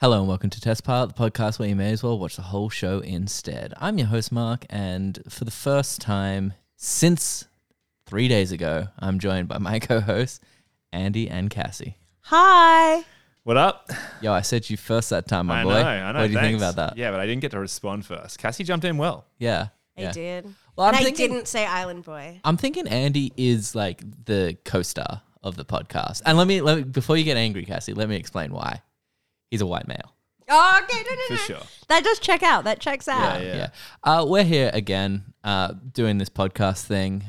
Hello and welcome to Test Pilot, the podcast where you may as well watch the whole show instead. I'm your host, Mark, and for the first time since three days ago, I'm joined by my co hosts, Andy and Cassie. Hi. What up? Yo, I said you first that time, my I boy. know. I know. what do you think thanks. about that? Yeah, but I didn't get to respond first. Cassie jumped in well. Yeah. I yeah. did. Well, and I'm I thinking- didn't say Island Boy. I'm thinking Andy is like the co-star of the podcast. And let me let me before you get angry, Cassie, let me explain why. He's a white male. Oh, okay, no, no, For no. sure. That does check out. That checks out. yeah. Uh, we're here again, uh, doing this podcast thing,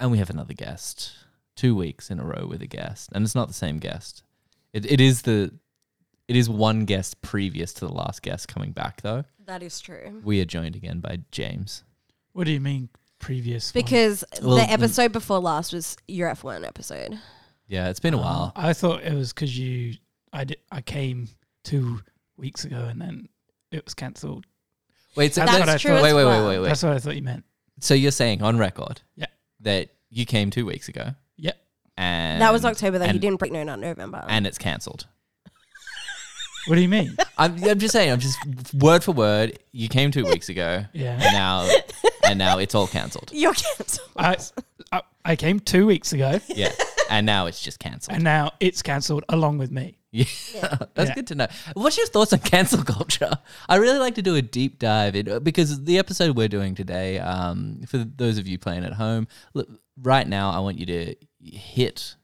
and we have another guest. Two weeks in a row with a guest, and it's not the same guest. It, it is the it is one guest previous to the last guest coming back though. That is true. We are joined again by James. What do you mean previous? one? Because Well, the episode before last was your F1 episode. Yeah, it's been a Oh, while. I thought it was because you, I, di- I came two weeks ago and then it was cancelled. Wait, so That's wait, what I That's true. thought. as wait, wait, well. wait, wait. That's what I thought you meant. So you're saying on record, Yeah. that you came two weeks ago, Yeah. and That was October, though. and, he didn't break. No, not November. and it's cancelled. What do you mean? I'm, I'm just saying, I'm just word for word. You came two weeks ago, and yeah. now and now it's all cancelled. You're cancelled. I, I, I came two weeks ago Yeah, and now it's just cancelled. and now it's cancelled along with me. Yeah. That's Yeah. good to know. What's your thoughts on cancel culture? I really like to do a deep dive in because the episode we're doing today, um, for those of you playing at home, look, right now I want you to hit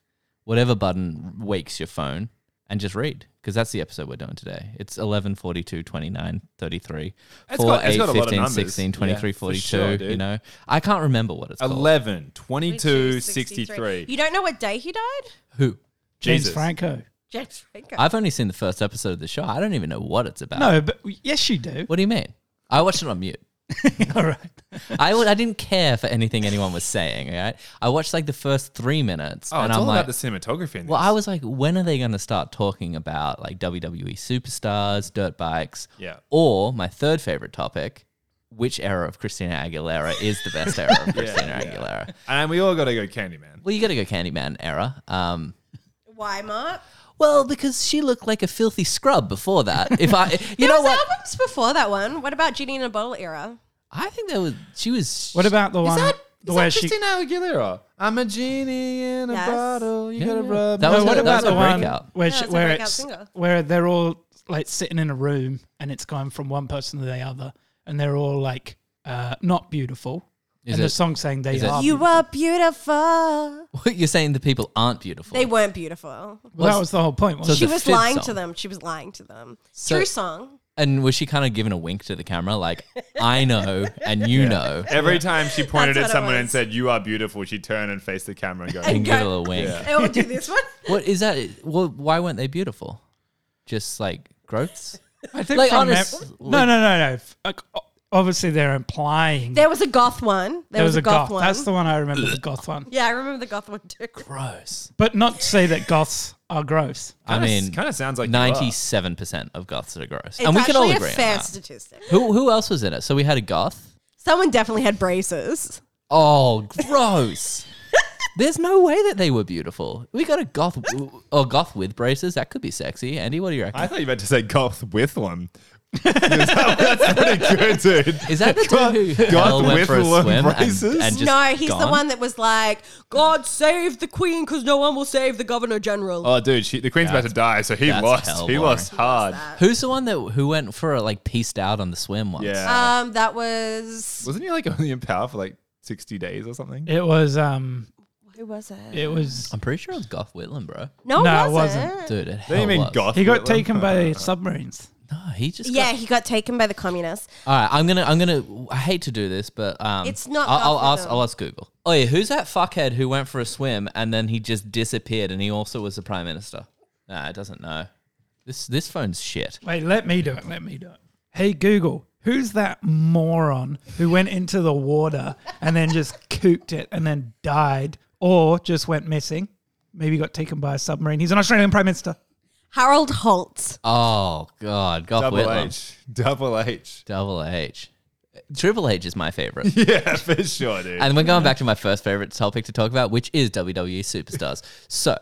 whatever button wakes your phone and just read because that's the episode we're doing today. It's 11, 42, 29, 33, It's 4, got- it's 8, got a lot of 15, numbers. 16, 23, Yeah, for 42. sure, you dude. know, I can't remember what it's called. 11, 22, 63. You don't know what day he died? Who? James Jesus. Franco. James Franco. I've only seen the first episode of the show. I don't even know what it's about. No, but yes, you do. What do you mean? I watched it on mute. All right. I, w- I didn't care for anything anyone was saying. all Right? I watched like the first three minutes, Oh, and it's I'm all like, about the cinematography. In well, this. I was like, when are they going to start talking about like WWE superstars, dirt bikes, Yeah. or my third favorite topic, which era of Christina Aguilera is the best era of Christina Aguilera? And we all got to go Candyman. Well, you got to go Candyman era. Um, Why, Mark? well, because she looked like a filthy scrub before that. If I, you know There was what, albums before that one. What about Genie in a Bottle era? I think that was she was. What about the one? that- the is way that she. Christina Aguilera? I'm a genie in a Yes. bottle. You Yeah, gotta yeah. rub. That me was No, Oh, what a- that about was a the one breakout. where No, she, it's a where breakout it's single. where they're all like sitting in a room and it's going from one person to the other and they're all like uh, not beautiful. Is and it- the song saying they is it- are. You beautiful. were beautiful. You're saying the people aren't beautiful. They weren't beautiful. Well, that was the whole point. So Wasn't She the was fifth lying to song. them. She was lying to them. So- True song. And was she kind of giving a wink to the camera, like I know and you know, Every time she pointed That's at what it someone and was. said, "You are beautiful," she'd turn and face the camera and go, and give Okay. it a wink? Yeah. I will do this one. What is that? Well, why weren't they beautiful? Just like growths? I think Like, from mem- honest- no, no, no, no. F- like, o- obviously, they're implying There was a goth one. There, there was, a goth, one. That's the one I remember, the goth one. yeah, I remember the goth one too. Gross. But not to say that goths are gross. I mean, kind of sounds like you are. ninety-seven percent of goths are gross, It's and we can all actually agree a on fair that. statistic. Who who else was in it? So we had a goth. Someone definitely had braces. Oh, gross. There's no way that they were beautiful. We got a goth or goth with braces. That could be sexy. Andy, what do you reckon? I thought you meant to say goth with one. That's pretty good, dude. Is that the dude who Goth Hell went with for a long swim and- braces? and just No, he's the gone? one that was like, "God save the queen, because no one will save the governor general." Oh, dude, she, the queen's about to die, so he that's lost. hell He boring. lost hard. Who's the one that who went for a, like pieced out on the swim once? Yeah. um, that was Wasn't he like only in power for like 60 days or something? It was, um, who was it? it was. I'm pretty sure it was Gough Whitlam, bro. No, it No, it wasn't. Dude, it They hell mean was. goth. He got Whitlam? taken by submarines. No, he just. Yeah, Got, he got taken by the communists. all right, I'm gonna, I'm gonna. I hate to do this, but um, It's not I'll, I'll Gough ask. Whitlam. I'll ask Google. Oh yeah, who's that fuckhead who went for a swim and then he just disappeared and he also was the prime minister? Nah, it doesn't know. This this phone's shit. Wait, let me do it. Let me do it. Hey, Google, who's that moron who went into the water and then just cooked it and then died or just went missing? Maybe got taken by a submarine. He's an Australian Prime Minister. Harold Holt. Oh god, Gough Double Whitlam. H. Double H. Double H. Triple H is my favorite. Yeah, for sure, dude. And we're going back to my first favorite topic to talk about, which is WWE superstars. E So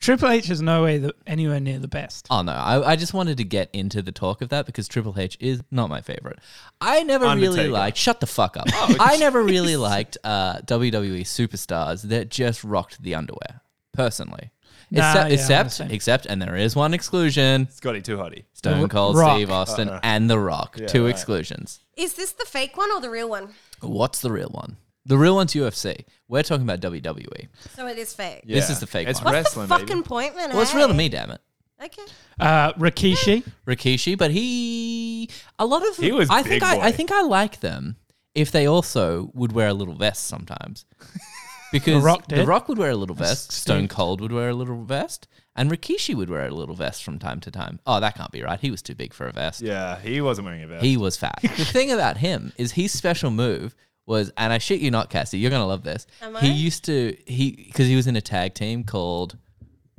Triple H is no way the, anywhere near the best. Oh no, I, I just wanted to get into the talk of that because Triple H is not my favorite. I never really Undertaker. liked. Shut the fuck up. Oh, I never really liked uh, WWE superstars that just rocked the underwear. Personally, Nah, yeah, except I'm the except, same. except, and there is one exclusion: Scotty Too Hotty. Stone The Cold Rock. Steve Austin and The Rock. Two exclusions. Is this the fake one or the real one? What's the real one? The real one's UFC. We're talking about E. WWE. So it is fake. This is the fake It's one. What's wrestling, the baby. fucking point, man? Well, it's eh? real to me, damn it. Okay. Uh, Rikishi, Rikishi, but he a lot of He was I think big I, I boy. think I like them if they also would wear a little vest sometimes. Because the Rock Rock, did. would wear a little vest, Steve. Stone Cold would wear a little vest, and Rikishi would wear a little vest from time to time. Oh, that can't be right. He was too big for a vest. Yeah, he wasn't wearing a vest. He was fat. the thing about him is his special move was, and I shit you not, Cassie, you're gonna love this. Am he I? used to he because he was in a tag team called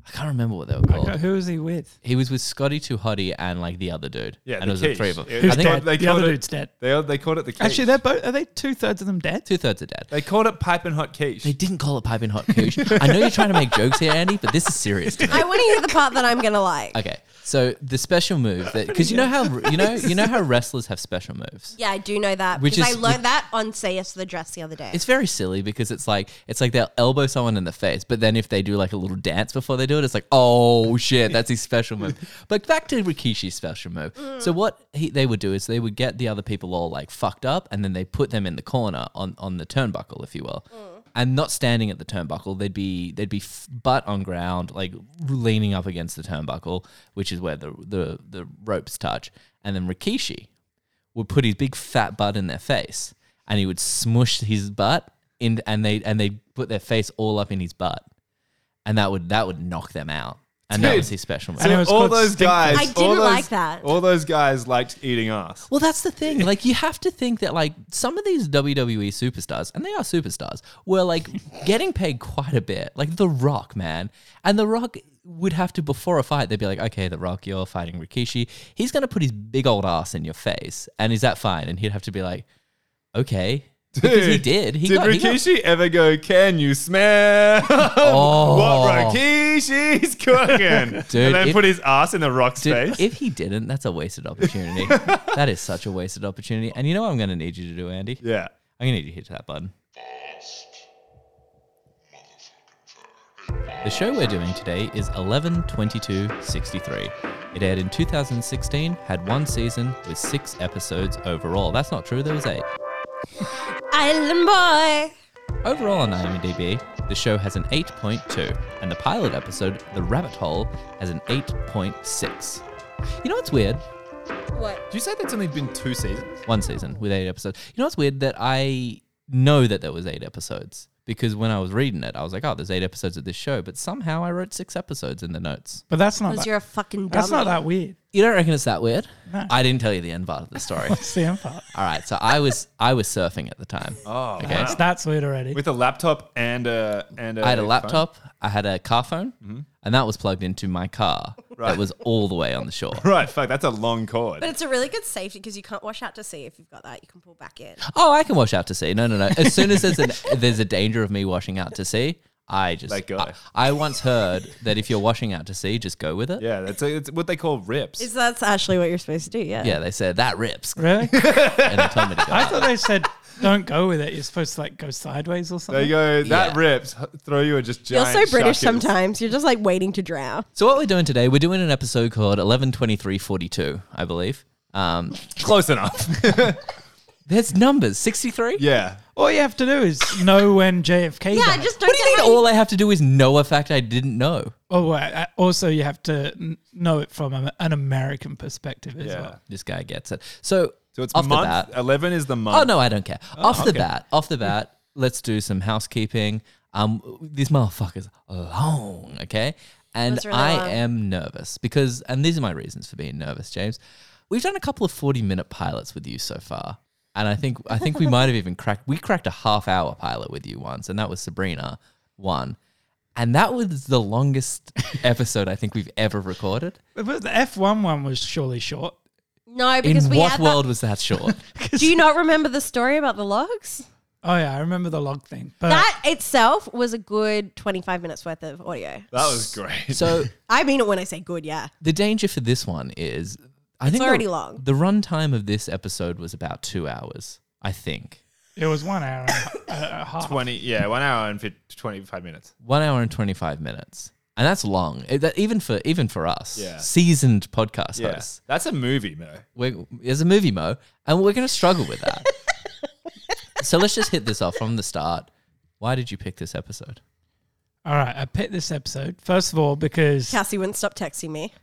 I can't remember what they were called. who is he with? He was with Scotty Too Hottie and like the other dude. yeah, and the it was the quiche. three of them. It- Who's I think dead? they the called other it- dude's dead. They, they called it the quiche. Actually, they're both. Are they two thirds of them dead? two thirds are dead. they called it pipe and hot quiche. They didn't call it pipe and hot cooch. I know you're trying to make jokes here, Andy, but this is serious. to me. I want to hear the part that I'm gonna like. Okay, so the special move that because you know how you know you know how wrestlers have special moves. Yeah, I do know that Which because I is- learned that on Say Yes to the Dress the other day. It's very silly because it's like it's like they'll elbow someone in the face, but then if they do like a little dance before they do it, it's like oh shit, that's his special move. But back to Rikishi's special move. So what he, they would do is they would get the other people all like fucked up, and then they put them in the corner on on the turnbuckle, if you will. And not standing at the turnbuckle, they'd be they'd be f- butt on ground, like leaning up against the turnbuckle, which is where the the, the ropes touch. And then Rikishi would put his big fat butt in their face and he would smush his butt in and they and they put their face all up in his butt and that would that would knock them out and that Dude. was his special move And it was all called those stink- guys. I didn't all those- like that. All those guys liked eating ass. well that's the thing like you have to think that like some of these WWE superstars and they are superstars were like getting paid quite a bit like the rock man and the rock would have to before a fight they'd be like okay the rock you're fighting Rikishi he's going to put his big old ass in your face and is that fine and he'd have to be like okay because he Dude, did he Did got, he got Rikishi ever go, can you smell what Rikishi's cooking? Oh. Dude, and then if- put his ass in the rock's Dude, face. if he didn't, that's a wasted opportunity. that is such a wasted opportunity. And you know what I'm going to need you to do, Andy? yeah. I'm going to need you to hit that button. The show we're doing today is 11 63 It aired in 2016, had one season with six episodes overall. That's not true, there was eight. Island Boy. Overall on IMDb, the show has an 8.2, and the pilot episode, The Rabbit Hole, has an 8.6. You know what's weird? What? Do you say that's only been two seasons? one season with eight episodes. You know what's weird that I know that there was eight episodes because when I was reading it, I was like, oh, there's eight episodes of this show, but somehow I wrote six episodes in the notes. But that's not. Because That, you're a fucking dummy. that's not that weird. You don't reckon it's that weird? No. I didn't tell you the end part of the story. That's the end part. All right, so I was I was surfing at the time. Oh, Okay. wow. That's, that's weird already. With a laptop and a and a I had a phone? laptop, I had a car phone, Mm-hmm. and that was plugged into my car that was all the way on the shore. Right, fuck, that's a long cord. But it's a really good safety because you can't wash out to sea if you've got that. You can pull back in. Oh, I can wash out to sea. No, no, no. As soon as there's an, there's a danger of me washing out to sea, I just Let go. I, I once heard that if you're washing out to sea, just go with it. yeah, that's it's what they call rips. Is that's actually what you're supposed to do? Yeah. Yeah, they said that rips, really? and they told me to go. I thought they said don't go with it. You're supposed to like go sideways or there something. you go. That Yeah. rips. Throw you a just You're giant. so British shuckers. sometimes. You're just like waiting to drown. so what we're doing today, we're doing an episode called 112342, I believe. Um, Close enough. there's numbers 63. yeah. All you have to do is know when JFK. Yeah, died. just don't What do you get mean? All I have to do is know a fact I didn't know. Oh, wait, uh, also you have to n- know it from a- an American perspective as Yeah. well. This guy gets it. So, So it's off the month. bat. Eleven is the month. Oh no, I don't care. off the bat, off the bat, let's do some housekeeping. Um, these motherfuckers long, okay? And That's really I long. am nervous because, and these are my reasons for being nervous, James. We've done a couple of forty-minute pilots with you so far, and I think I think we might have even cracked. We cracked a half-hour pilot with you once, and that was Sabrina one, and that was the longest episode I think we've ever recorded. But the F1 one was surely short. No, In because we what had. world was that short? That, do you not remember the story about the logs? Oh yeah, I remember the log thing. But That itself was a good 25 minutes worth of audio. That was great. So I mean it when I say good, yeah. the danger for this one is I think already the, long. The runtime of this episode was about two hours, I think. it was one hour and a half. 20, yeah, one hour and 50, 25 minutes. One hour and twenty five minutes, and that's long. It- that- even for even for us, Yeah. seasoned podcast Yeah. hosts, That's a movie, Mo. we're, there's a movie mo, and we're going to struggle with that. so let's just hit this off from the start. Why did you pick this episode? All right, I picked this episode first of all because Cassie wouldn't stop texting me.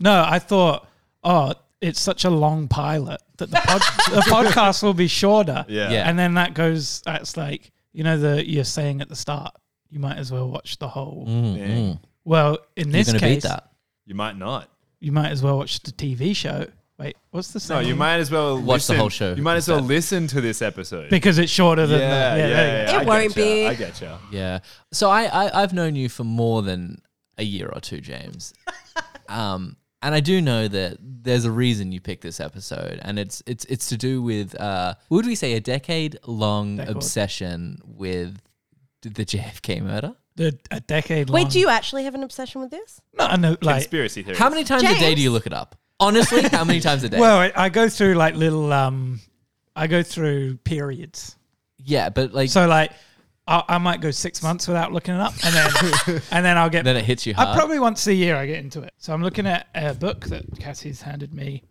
no, I thought, oh, it's such a long pilot that the, pod- the podcast will be shorter. Yeah. Yeah. and then that goes. That's like you know the you're saying at the start. You might as well watch the whole. Mm-hmm. Dang. Well, in Mm. You're this going to beat case, that. You might not. you might as well watch the TV show. Wait, what's the No, saying? you might as well Watch the listen- whole show You might as well instead. listen to this episode. because it's shorter than the yeah. there you go. It I won't getcha, be. I get you. Yeah. So I, I I've known you for more than a year or two, James. um, and I do know that there's a reason you picked this episode, and it's it's it's to do with uh, what would we say a decade long Decade. obsession with the JFK murder. The, a decade. Wait, long. do you actually have an obsession with this? No, I know, like Conspiracy theory. How many times a day James? do you look it up? Honestly, how many times a day? Well, I, I go through like little um, I go through periods. yeah, but like So like, I, I might go six months without looking it up, and then and then I'll get. then it hits you hard. I probably once a year I get into it. So I'm looking at a book that Cassie's handed me,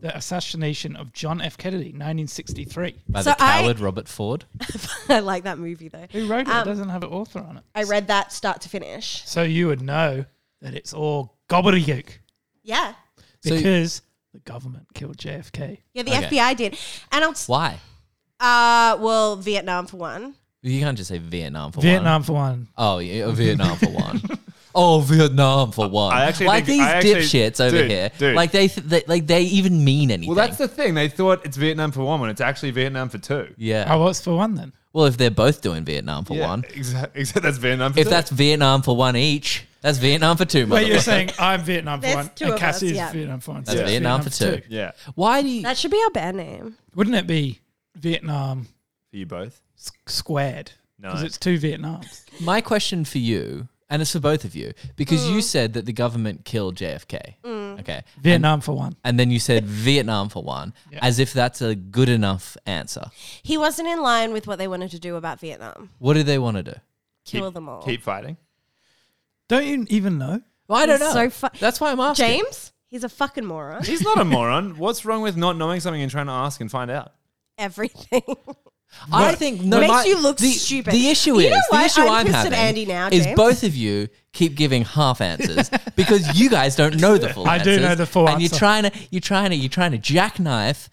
the assassination of John F. Kennedy, 1963. by So the I- coward Robert Ford. I like that movie though. Who wrote it? it Um, doesn't have an author on it. I read that start to finish. So you would know that it's all gobbledygook Yeah. So- because the government killed JFK. Yeah, the Okay. FBI did. And I'll s- Why? uh well, Vietnam for one. You can't just say Vietnam for one. Vietnam for one. Oh, yeah, Vietnam for one. Oh, Vietnam for one. I actually like think- these I actually- dipshits over dude, here. dude. Like they, th- they, like they even mean anything. Well, that's the thing. They thought it's Vietnam for one when it's actually Vietnam for two. yeah. Oh, what's for one then? Well, if they're both doing Vietnam for one, Exactly. that's Vietnam for if two. that's Vietnam for one each, that's Vietnam for two. Wait, you're motherfucker. saying I'm Vietnam for There's one two and of us, Cassie's yeah. Vietnam for one. that's so it's Vietnam, for two. yeah. Why do you? That should be our band name. Wouldn't it be Vietnam For you both. s- squared? No. Because it's two Vietnams. my question for you, and it's for both of you, because Mm. you said that the government killed JFK. Okay, Vietnam for one. and then you said Vietnam for one, as if that's a good enough answer. He wasn't in line with what they wanted to do about Vietnam. What do they want to do? Kill keep, them all. Keep fighting. Don't you even know? Well, I don't He's know. so fu- that's why I'm asking. James, he's a fucking moron. He's not a moron. What's wrong with not knowing something and trying to ask and find out? Everything. I think no, Makes my- you look the, stupid. The issue You is know the what? issue I'm I'm, pissed at having Andy now, is James. both of you keep giving half answers because you guys don't know the full. I do answers, know the full and answer. you're trying to you're trying to you're trying to jackknife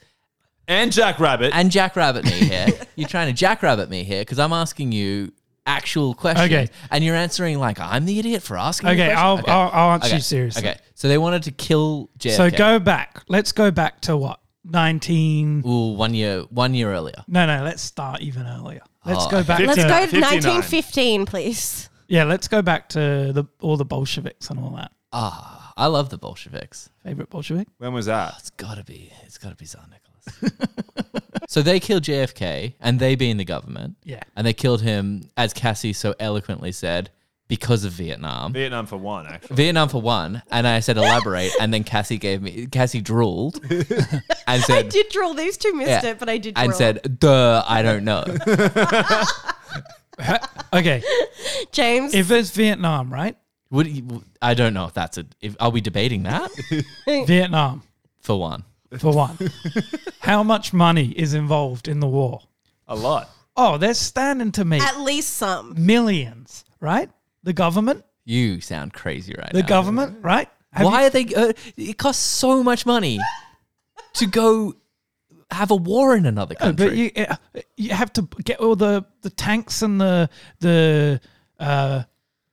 And Jack Rabbit. and jackrabbit me here. you're trying to jackrabbit me here because I'm asking you actual questions, Okay. and you're answering like I'm the idiot for asking. the Okay, question." I'll, I'll, I'll answer Okay. you seriously. Okay, so they wanted to kill JFK. So go back. Let's go back to what? 19. Ooh, one year one year earlier. No, no, let's start even earlier. Let's Oh, go okay. back Let's to go to 59. 1915, please. Yeah, let's go back to the all the Bolsheviks and all that. Ah, I love the Bolsheviks. Favorite Bolshevik? when was that? It's gotta be. It's gotta be Tsar Nicholas. so they killed JFK, and they being the government. Yeah. And they killed him, as Cassie so eloquently said, because of Vietnam. Vietnam for one, actually. Vietnam for one, and I said elaborate, and then Cassie gave me Cassie drooled and I said did draw these two, missed Yeah. it, but I did draw. and said, "Duh, I don't know." Okay, James, if it's Vietnam, right? Would you, I don't know if that's a. If, are we debating that Vietnam for one? for one. How much money is involved in the war? A lot. Oh, they're standing to me at least some. millions, right? The government, You sound crazy right the now. government, right? Have Why are they? Uh, it costs so much money to go have a war in another you, country. but you uh, you have to get all the the tanks and the the uh,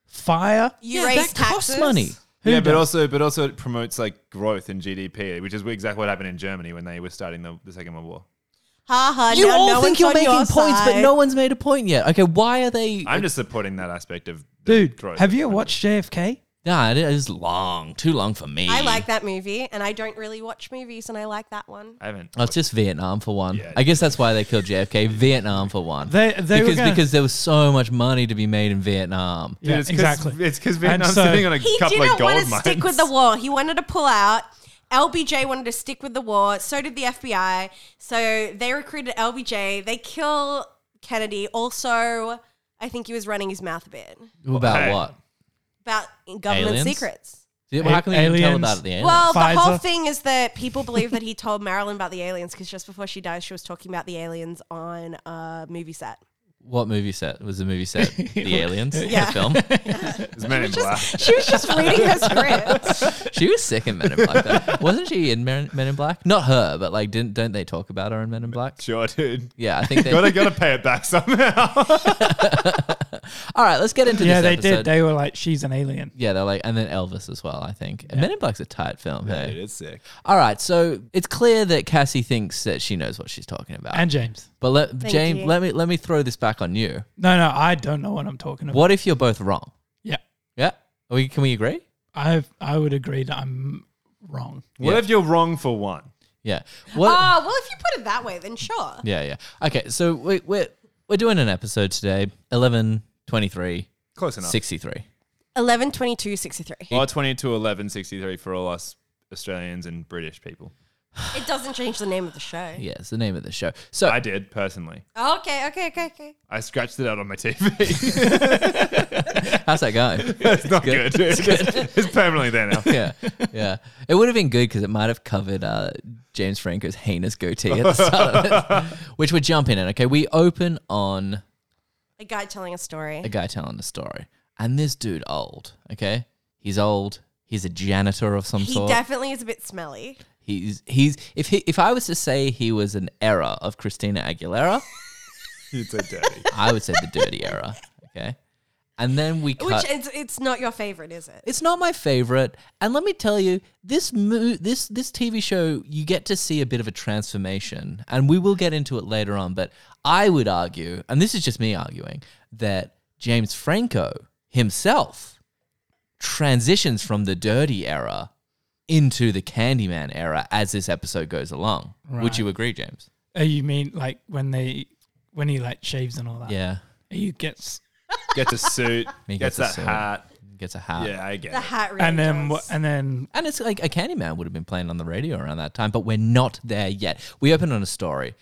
fire. You Yeah, raise that costs taxes. money. Who yeah, but does? also, but also, it promotes like growth in GDP, which is exactly what happened in Germany when they were starting the, the Second World War. Ha ha. You now all no think one's you're on making your points, but side. no one's made a point yet. Okay, why are they? I'm just supporting that aspect of the dude. growth. Have you watched JFK? Nah, it is long. Too long for me. I like that movie, and I don't really watch movies, and I like that one. I haven't. Oh, it's just Vietnam for one. Yeah. I guess that's why they killed JFK. Vietnam for one. They- they were because gonna- because there was so much money to be made in Vietnam. Dude, yeah, it's 'cause- exactly. It's because And Vietnam's so- sitting on a He couple of didn't want gold to mines. stick with the war. He wanted to pull out. LBJ wanted to stick with the war. So did the FBI. So they recruited LBJ. They kill Kennedy. Also, I think he was running his mouth a bit About hey. what? about government Aliens? secrets. Yeah, well, how come you didn't tell Aliens. about it at the end? Well, the whole Pfizer. thing is that people believe that he told Marilyn about the aliens because just before she died, she was talking about the aliens on a movie set. what movie set was the movie set? the Aliens. Yeah. The film. It's Men in Black. Just, she was just reading her script. She was sick in Men in Black. Though. Wasn't she in Men, Men in Black? Not her, but like, didn't don't they talk about her in Men in Black? Sure, dude. Yeah, I think they. gotta gotta pay it back somehow. All right, let's get into yeah, this. they episode. did. They were like, she's an alien. yeah, they're like, and then Elvis as well. I think And Men in Black's a tight film. hey, is sick. all right. So it's clear that Cassie thinks that she knows what she's talking about. And James. but let James, you. let me let me throw this back on you. No, no, I don't know what I'm talking about. What if you're both wrong? Yeah, Yeah, Are we, can we agree? I I would agree that I'm wrong. What Yeah. if you're wrong for one? Yeah. Oh, What? well, if you put it that way, then sure. yeah, yeah. Okay, so we, we're we're doing an episode today. 11, 23, Close enough. 63. 11, 22, 63. Or 22, 11, 63 for all us Australians and British people. It doesn't change the name of the show. Yeah, it's the name of the show. So I did, personally. Oh, Okay, okay, okay, okay. I scratched it out on my TV. how's that going? it's not good. It's, it's permanently there now. yeah, yeah. It would have been good because it might have covered uh, James Franco's heinous goatee at the start of it, which we're jumping in. Okay, we open on A guy telling a story. a guy telling a story, and this dude old. Okay, he's old. He's a janitor of some He sort. definitely is a bit smelly. he's he's if he if I was to say he was an era of Christina Aguilera, It's so dirty. I would say the dirty era. Okay, and then we cut. Which is, it's not your favorite, is it? It's not my favorite, and let me tell you, this mo- this this TV show, you get to see a bit of a transformation, and we will get into it later on. But I would argue, and this is just me arguing, that James Franco himself transitions from the dirty era into the Candyman era as this episode goes along. Would you agree, James? Uh, you mean like when they when he like shaves and all that? Yeah, He gets Gets a suit. Ah. He gets gets, a that suit. hat. gets a hat. Yeah, I get The it. hat really and then does. wh- and then And it's like a Candyman would have been playing on the radio around that time, but we're not there yet. We open on a story.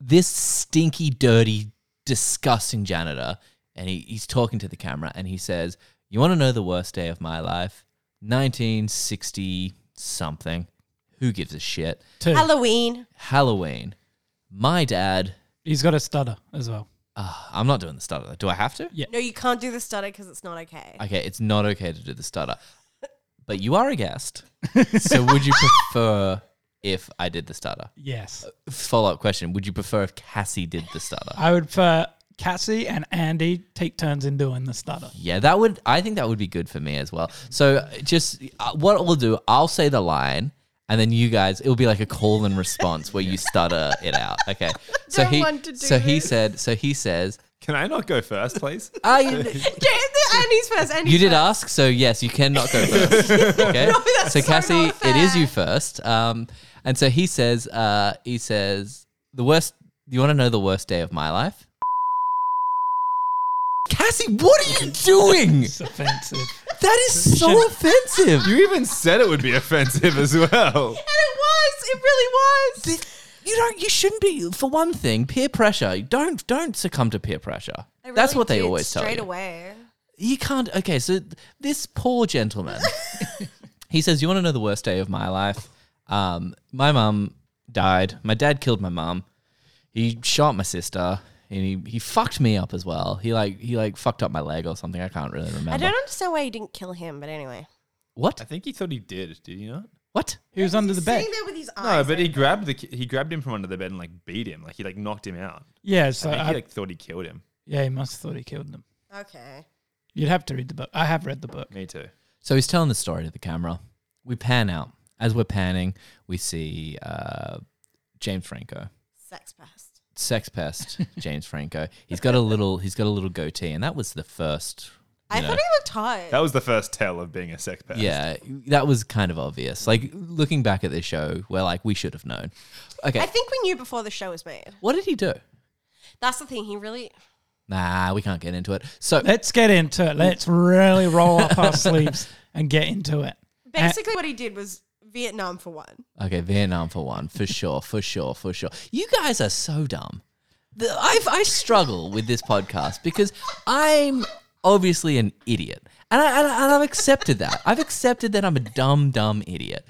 This stinky, dirty, disgusting janitor, and he, he's talking to the camera and he says, You want to know the worst day of my life? 1960 something. Who gives a shit? two. Halloween. Halloween. My dad. He's got a stutter as well. Ah, I'm not doing the stutter. Do I have to? No, you can't do the stutter because it's not okay. Okay, it's not okay to do the stutter, but you are a guest. so would you prefer if I did the stutter? Yes, follow up question: Would you prefer if Cassie did the stutter? I would prefer Cassie and Andy take turns in doing the stutter. Yeah, that would. I think that would be good for me as well. So, just uh, what we'll do, I'll say the line, and then you guys, it'll be like a call and response where you stutter it out. Okay. So Don't he, want to do so he this. said, so he says, Can I not go first, please? ah, you, Okay, Andy's first. Andy's you did first. ask, so yes, you cannot go first. Okay. that's so so Cassie, not it is fair. you first. Um, and so he says, uh, he says, the worst. You want to know the worst day of my life? Cassie, what are you doing? It's offensive. That is so offensive. You even said it would be offensive as well. And it was. It really was. Th- You don't. You shouldn't be. For one thing, peer pressure. Don't don't succumb to peer pressure. I That's really what they did always tell straight you. away. You can't. Okay, so th- this poor gentleman, he says, "You want to know the worst day of my life? Um, my mum died. My dad killed my mum. He shot my sister." And he, he fucked me up as well. He like he like fucked up my leg or something. I can't really remember. I don't understand why you didn't kill him, but anyway. I what? think he thought he did. Did he not? What? He was under the bed. Sitting there with his eyes. No, but he grabbed the ki- he grabbed him from under the bed and like beat him. Like he like knocked him out. Yeah, so I think I, he like thought he killed him. yeah, he must have thought he killed them. Okay. You'd have to read the book. I have read the book. Me too. So he's telling the story to the camera. We pan out. As we're panning, we see uh, James Franco, Sex pest. sex pest James Franco. He's got a little. He's got a little goatee, and that was the first I know. thought he looked hot. That was the first tell of being a sex pest. Yeah, that was kind of obvious. Like looking back at this show, we're like, we should have known. Okay, I think we knew before the show was made. what did he do? That's the thing. He really. Nah, we can't get into it. So Let's get into it. Let's really roll up our sleeves and get into it. Basically, what he did was Vietnam for one. Okay, Vietnam for one, for sure, for sure, for sure. You guys are so dumb. The, I've, I struggle with this podcast because I'm obviously an idiot. And, I, and, I, and I've accepted that. I've accepted that I'm a dumb, dumb idiot.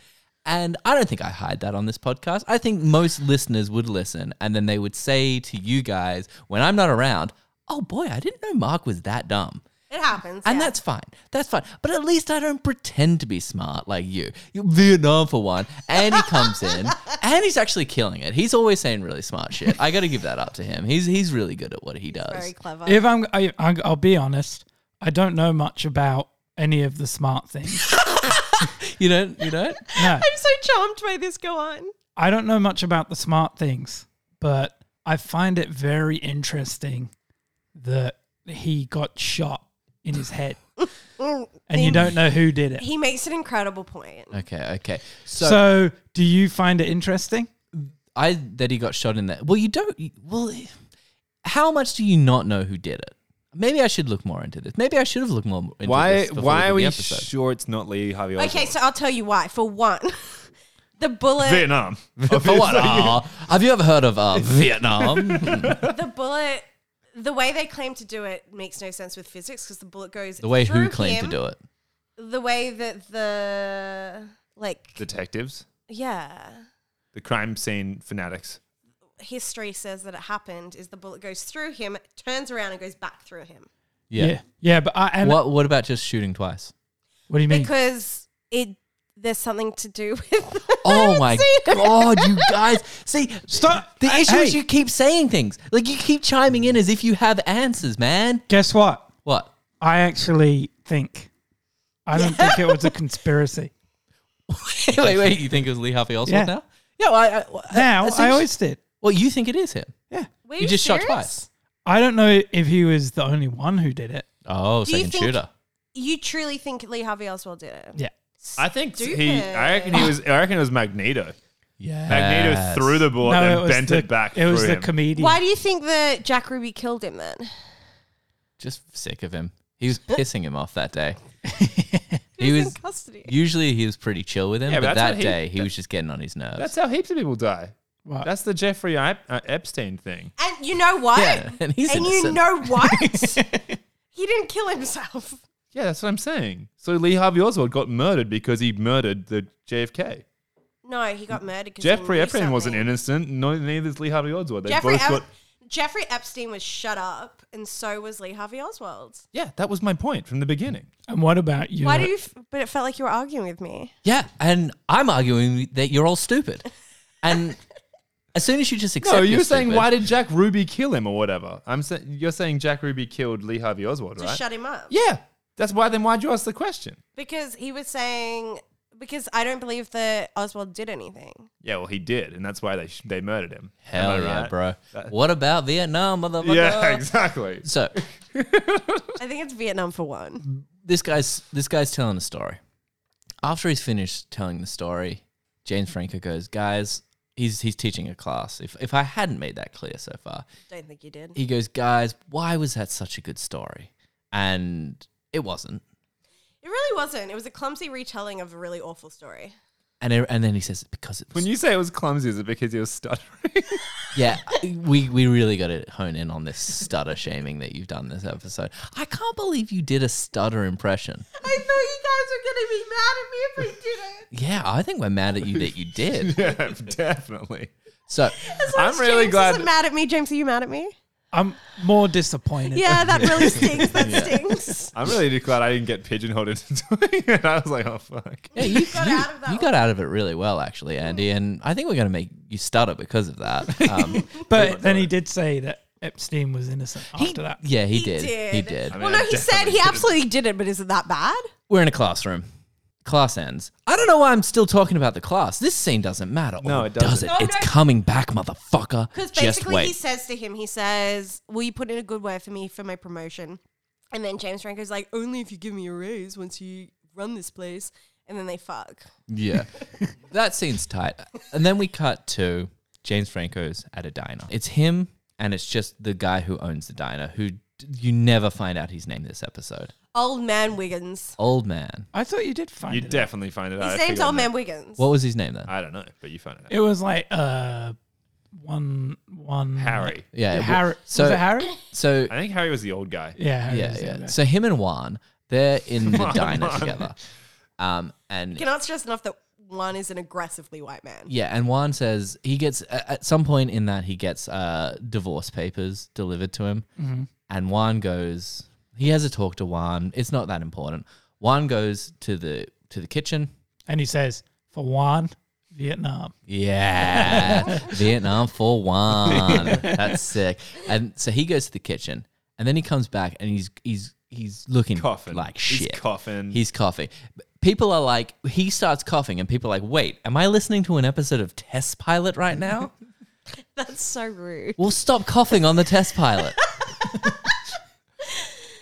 And I don't think I hide that on this podcast. I think most listeners would listen and then they would say to you guys when I'm not around, oh boy, I didn't know Mark was that dumb. It happens. And yeah. that's fine. That's fine. But at least I don't pretend to be smart like you. you Vietnam for one. And he comes in and he's actually killing it. He's always saying really smart shit. I got to give that up to him. He's he's really good at what he does. very clever. If I'm, I, I- I'll be honest, I don't know much about any of the smart things. You don't you don't? No, I'm so charmed by this. Go on. I don't know much about the smart things, but I find it very interesting that he got shot in his head, and you don't know who did it. He makes an incredible point. Okay, okay. So, So, do you find it interesting? I that he got shot in that. Well, you don't well how much do you not know who did it? Maybe I should look more into this. Maybe I should have looked more into Why? this. before we Why did are the we episode. sure it's not Lee Harvey Oswald? Okay, so I'll tell you why. For one, the bullet, Vietnam. For what? Aw, have you ever heard of uh, Vietnam? the bullet, the way they claim to do it makes no sense with physics because the bullet goes The way through who claimed him, to do it. The way that the like Detectives, yeah the crime scene fanatics. history says that it happened is the bullet goes through him, turns around and goes back through him yeah, Yeah, but I, and what, What What about just shooting twice? do you mean? because it there's something to do with. Oh my god, you guys! See, Stop. The Hey, issue is hey. you keep saying things like you keep chiming in as if you have answers, man. Guess what? What? I actually think I don't think it was a conspiracy. wait, wait. You think it was Lee Harvey Oswald Yeah. now? Yeah. Well, I, I, well, Now that's I interest- always did. Well, you think it is him? Yeah. Were You just shot serious? twice. I don't know if he was the only one who did it. Oh, Do you second think- shooter. You truly think Lee Harvey Oswald did it? Yeah. I think he. Stupid. I reckon he was. I reckon it was Magneto. Yeah. Magneto threw the bullet no, it and was bent the, it back. It was through the him. comedian. Why do you think that Jack Ruby killed him then? Just sick of him. He was pissing him off that day. he was. custody. Usually he was pretty chill with him, Yeah, but but that's that what he- day he was just getting on his nerves. That's how heaps of people die. What? That's the Jeffrey Ep- uh, Epstein thing. And you know what? Yeah, and he's you innocent. know what? he didn't kill himself. Yeah, that's what I'm saying. So Lee Harvey Oswald got murdered because he murdered the JFK. No, he got murdered. 'cause he Jeffrey knew Epstein wasn't something. innocent. No, neither is Lee Harvey Oswald. They Jeffrey, both Ep- got. Jeffrey Epstein was shut up, and so was Lee Harvey Oswald. Yeah, that was my point from the beginning. and what about you? Why do you? F- but it felt like you were arguing with me. Yeah, and I'm arguing that you're all stupid. And as soon as you just accept, No, you you're were saying stupid- why did Jack Ruby kill him or whatever? I'm sa- you're saying Jack Ruby killed Lee Harvey Oswald, To right? shut him up. yeah, that's why. Then why'd you ask the question? Because he was saying. Because I don't believe that Oswald did anything. Yeah, well, he did, and that's why they sh- they murdered him. Am Hell I yeah, right? bro. What about Vietnam, motherfucker? Yeah, exactly. So I think it's Vietnam for one. this guy's this guy's telling a story. After he's finished telling the story, James Franco goes, "Guys, he's he's teaching a class. If if I hadn't made that clear so far, Don't think you did. he goes, guys, why was that such a good story? And it wasn't. It really wasn't. It was a clumsy retelling of a really awful story. And it, and then he says because it was When you say it was clumsy, is it because he was stuttering? Yeah, we we really got to hone in on this stutter shaming that you've done this episode. I can't believe you did a stutter impression. I thought you guys were gonna be mad at me if I did it. Yeah, I think we're mad at you that you did. yeah, definitely. So, I'm really James glad Isn't that- mad at me, James? Are you mad at me? I'm more disappointed. Yeah, that really stinks. That stinks. I'm really glad I didn't get pigeonholed into doing it. I was like, oh fuck. yeah, you, got you- out of that you got out of it really well, actually, Andy. And I think we're going to make you stutter because of that. Um, But then he did say that Epstein was innocent he- after that. Yeah, he, did. He did. mean, well, no, I he said definitely he did. absolutely did it, but is it that bad? We're in a classroom. Class ends. I don't know why I'm still talking about the class. This scene doesn't matter. No, Oh, it doesn't. Does it? No, it's no. coming back, motherfucker. Because Just basically, wait. he says to him, he says, "Will you put in a good word for me for my promotion?" And then James Franco's like, only if you give me a raise once you run this place. And then they fuck. Yeah. that scene's tight. And then we cut to James Franco's at a diner. It's him and it's just the guy who owns the diner who d- you never find out his name this episode. Old man Wiggins. Old man. I thought you did find You it. definitely find it out. His I name's figured Old that. Man Wiggins. What was his name Uh, then? I don't know, but you found it out. it was like uh one one Harry. yeah. it wa- Harry. So was it Harry? so I think Harry was the old guy. Yeah. Harry yeah, was the yeah. other guy. So him and Juan, they're in the diner together. Um and Cannot stress enough that one is an aggressively white man. Yeah, and Juan says he gets a- at some point in that he gets uh, divorce papers delivered to him, and Juan goes. He has a talk to Juan. It's not that important. Juan goes to the to the kitchen. And he says, for one, Vietnam. Yeah, Vietnam for Juan. That's sick. And so he goes to the kitchen, and then he comes back, and he's he's he's looking Coughing. like He's shit. coughing. He's coughing. People are like, he starts coughing, and people are like, wait, am I listening to an episode of Test Pilot right now? That's so rude. Well, stop coughing on the test pilot.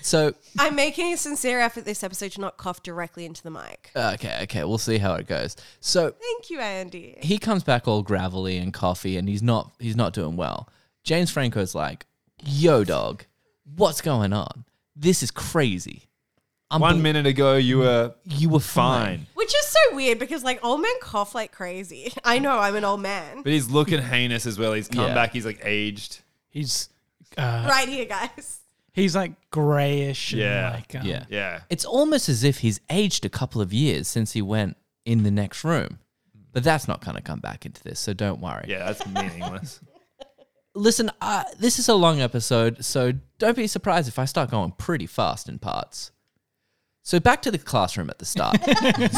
so, I'm making a sincere effort this episode to not cough directly into the mic. uh, okay, okay, we'll see how it goes. So, Thank you, Andy. he comes back all gravelly and coffee and he's not he's not doing well. James Franco's like, "Yo dog, what's going on? This is crazy." I'm One bl- minute ago, you were you were fine. fine, Which is so weird because like old men cough like crazy. I know I'm an old man. but he's looking heinous as well. He's come Yeah. back. He's like aged. He's Uh-huh. uh, Right here, guys. he's like grayish. Yeah. And like, um, Yeah. Yeah. It's almost as if he's aged a couple of years since he went in the next room. But that's not going to come back into this, so don't worry. Yeah, that's meaningless. Listen, uh, this is a long episode, so don't be surprised if I start going pretty fast in parts. So back to the classroom at the start.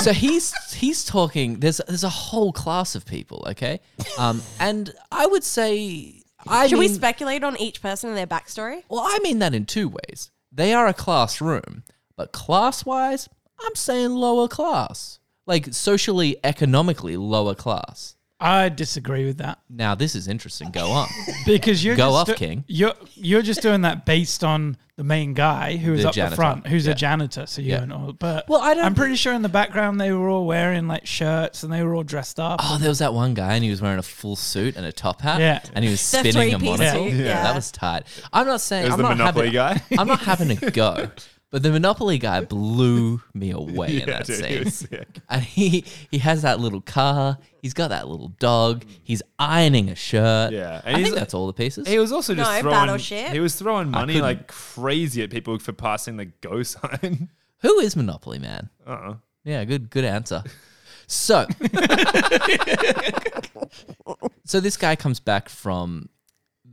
so he's he's talking. There's there's a whole class of people, okay? Um, and I would say I Should mean, we speculate on each person and their backstory? well, I mean that in two ways. They are a classroom, but class wise, I'm saying lower class, like socially, economically lower class. I disagree with that Now this is interesting. Go on. because you're Go just off, do- King. You're you're just doing that based on the main guy who is The up janitor. the front, who's Yeah. a janitor. So you Yeah. and all, but Well, I don't- I'm pretty sure in the background they were all wearing like shirts and they were all dressed up. Oh, there was that one guy, and he was wearing a full suit and a top hat. Yeah. and he was The spinning a three-piece monocle. suit, Yeah. yeah. that was tight. I'm not saying It was I'm the not Monopoly having, guy. I'm not having a go, but the Monopoly guy blew me away in that dude, he scene. was sick. And he he has that little car. He's got that little dog. He's ironing a shirt. Yeah, and I he's- think that's all the pieces. He was also just No, throwing. Battleship. He was throwing money couldn't- like crazy at people for passing the go sign. Who is Monopoly Man? Uh-uh. Yeah, good good answer. So So this guy comes back from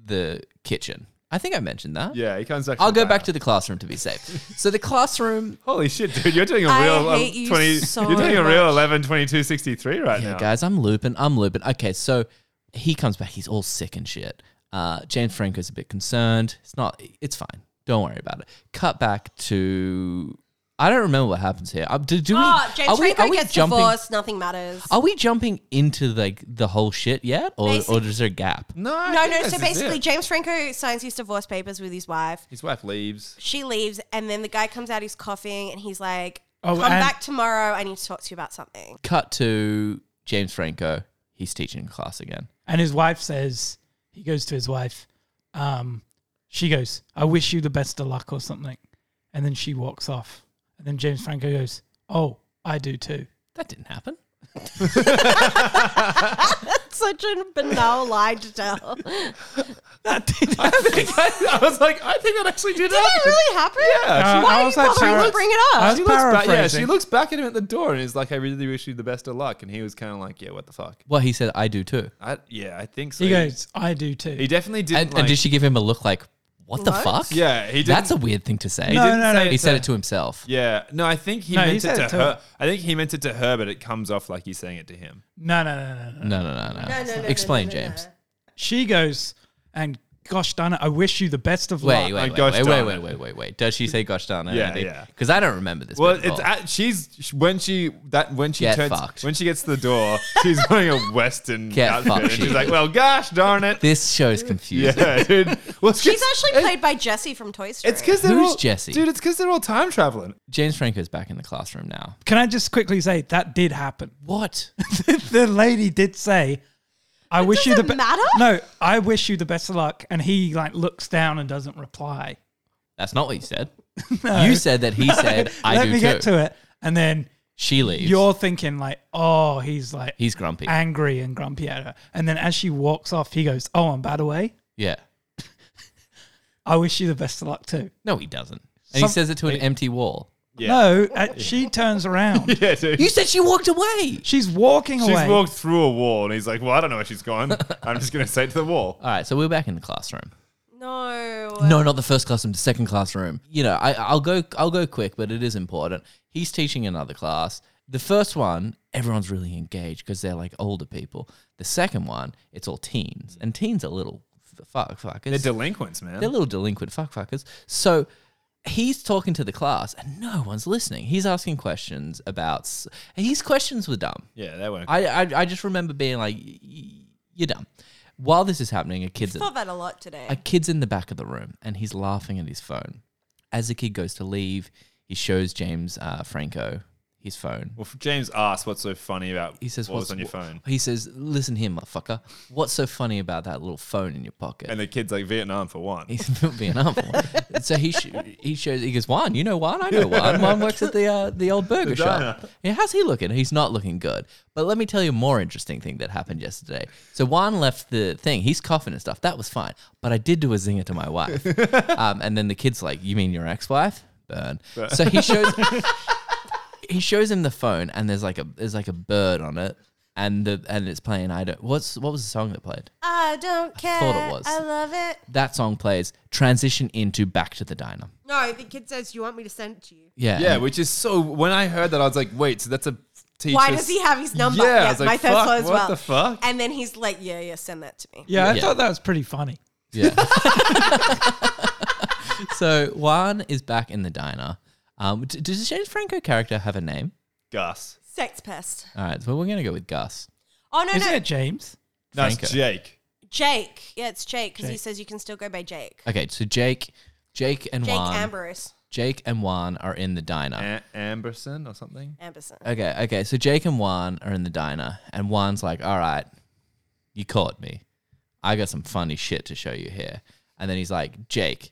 the kitchen. I think I mentioned that. Yeah, he comes back. I'll from go the back diner. to the classroom to be safe. So the classroom Holy shit, dude! You're doing a I real um, hate you twenty. so you're doing a real much. 11, 22, 63 right Yeah, now. guys, I'm looping. I'm looping. Okay, so he comes back. He's all sick and shit. Uh, James Franco's a bit concerned. It's not. It's fine. Don't worry about it. Cut back to. I don't remember what happens here. Uh, do, do we, Oh, James are we, Franco are we gets jumping, divorced. Nothing matters. Are we jumping into like the whole shit yet, or or Basic- is there a gap? No, Oh, I no, think no. this So is basically, it. James Franco signs his divorce papers with his wife. his wife leaves. She leaves, and then the guy comes out. He's coughing, and he's like, Oh, "Come and- back tomorrow. I need to talk to you about something." Cut to James Franco. He's teaching class again. And his wife says, he goes to his wife, um, she goes, I wish you the best of luck or something. And then she walks off. And then James Franco goes, Oh, I do too. That didn't happen. Such a banal lie to tell. Did it I think I, I was like, I think that actually did happen. really happen? Yeah, Uh, Why I are you was like, bothering Sarah- to bring it up? I was she looks back. Yeah, she paraphrasing. looks back at him at the door and is like, "I really wish you the best of luck." And he was kind of like, "Yeah, what the fuck?" Well, he said, "I do too." I, yeah, I think so. He goes, I do too. He definitely didn't. And, like, and did she give him a look like, "What the What? fuck?" Yeah, he didn't. that's a weird thing to say. He No, didn't no, say no. he said it to himself. Yeah, no, I think he No, he meant it said to it to her. her. I think he meant it to her, but it comes off like he's saying it to him. no, no, no, no, no. No, no, no, no. No, no, no, no, Explain, no, no, no. James. She goes and gosh darn it, I wish you the best of Wait, luck. wait, Oh, wait, gosh wait, wait, darn wait, it. wait, wait, wait. Does she say gosh darn it? Yeah, yeah. Because I don't remember this. Well, bit at it's all. at, she's sh- when she that when she Get turns fucked. when she gets to the door, she's wearing a western Get outfit, fucked, and she's she like, is. "Well, gosh darn it." this show's confusing. Yeah, dude. Well, it's She's 'cause- actually played by Jessie from Toy Story. It's because they're Who's all Jesse? dude. It's because they're all time traveling. James Franco's back in the classroom now. Can I just quickly say that did happen? What? the lady did say, "I wish you the doesn't best." matter. No, I wish you the best of luck, and he like looks down and doesn't reply. That's not what you said. You said that he said, I Let do me too. get to it, and then She leaves. you're thinking like, "Oh, he's like He's grumpy. angry and grumpy at her," and then as she walks off, he goes, "Oh, and by the way, yeah. I wish you the best of luck too." No, he doesn't. And he Some- says it to an empty wall. Yeah. No, uh, she turns around. Yeah, dude. You said she walked away. She's walking she's away. walked through a wall, and he's like, "Well, I don't know where she's gone. I'm just gonna say it to the wall." All right, so we're back in the classroom. no. No, not the first classroom, the second classroom. You know, I, I'll go, I'll go quick, but it is important. He's teaching another class. The first one, everyone's really engaged because they're like older people. The second one, it's all teens, and teens are little f- fuck fuckers. They're delinquents, man. They're little delinquent fuck fuckers. So he's talking to the class, and no one's listening. He's asking questions about. s- His questions were dumb. yeah, they weren't. I, I, I just remember being like, "Y- y- "You're dumb." While this is happening, a kid's I thought that a lot today. a kid's in the back of the room and he's laughing at his phone. As the kid goes to leave, he shows James uh, Franco his phone. well, James asks, "What's so funny about He says, what was "What's on your wh- phone?" He says, "Listen here, motherfucker. What's so funny about that little phone in your pocket?" And the kid's like, "Vietnam for one." He's being humble. so he sh- he shows he goes Juan, you know Juan, I know Juan. Juan works at the uh, the old burger shop. Yeah, how's he looking? He's not looking good. But let me tell you a more interesting thing that happened yesterday. So Juan left the thing. He's coughing and stuff. That was fine. But I did do a zinger to my wife. um, and then the kid's like, "You mean your ex-wife?" Burn. So he shows he shows him the phone, and there's like a there's like a bird on it, and the and it's playing. I don't. What's what was the song that played? I don't care. thought it was. I love it. That song plays. Transition into back to the diner. No, the kid says, You want me to send it to you? Yeah. Yeah, and- which is so. When I heard that, I was like, "Wait, so that's a teacher." Why does he have his number? Yeah, I was like, thought "Fuck, was what the fuck?" And then he's like, Yeah, yeah, send that to me. yeah, I Yeah. thought that was pretty funny. yeah. so Juan is back in the diner. Um, d- does the James Franco character have a name? Gus? Sex pest. All right, so we're going to go with Gus. Oh, no, Isn't no. it James? No, it's Franco. Jake. Jake. Yeah, it's Jake because he Jake. says you can still go by Jake. Okay, so Jake, Jake and Jake Juan, Ambrose. Jake and Juan are in the diner. A- Amberson or something. Amberson. Okay, okay, so Jake and Juan are in the diner, and Juan's like, "All right, you caught me. I got some funny shit to show you here." And then he's like, "Jake,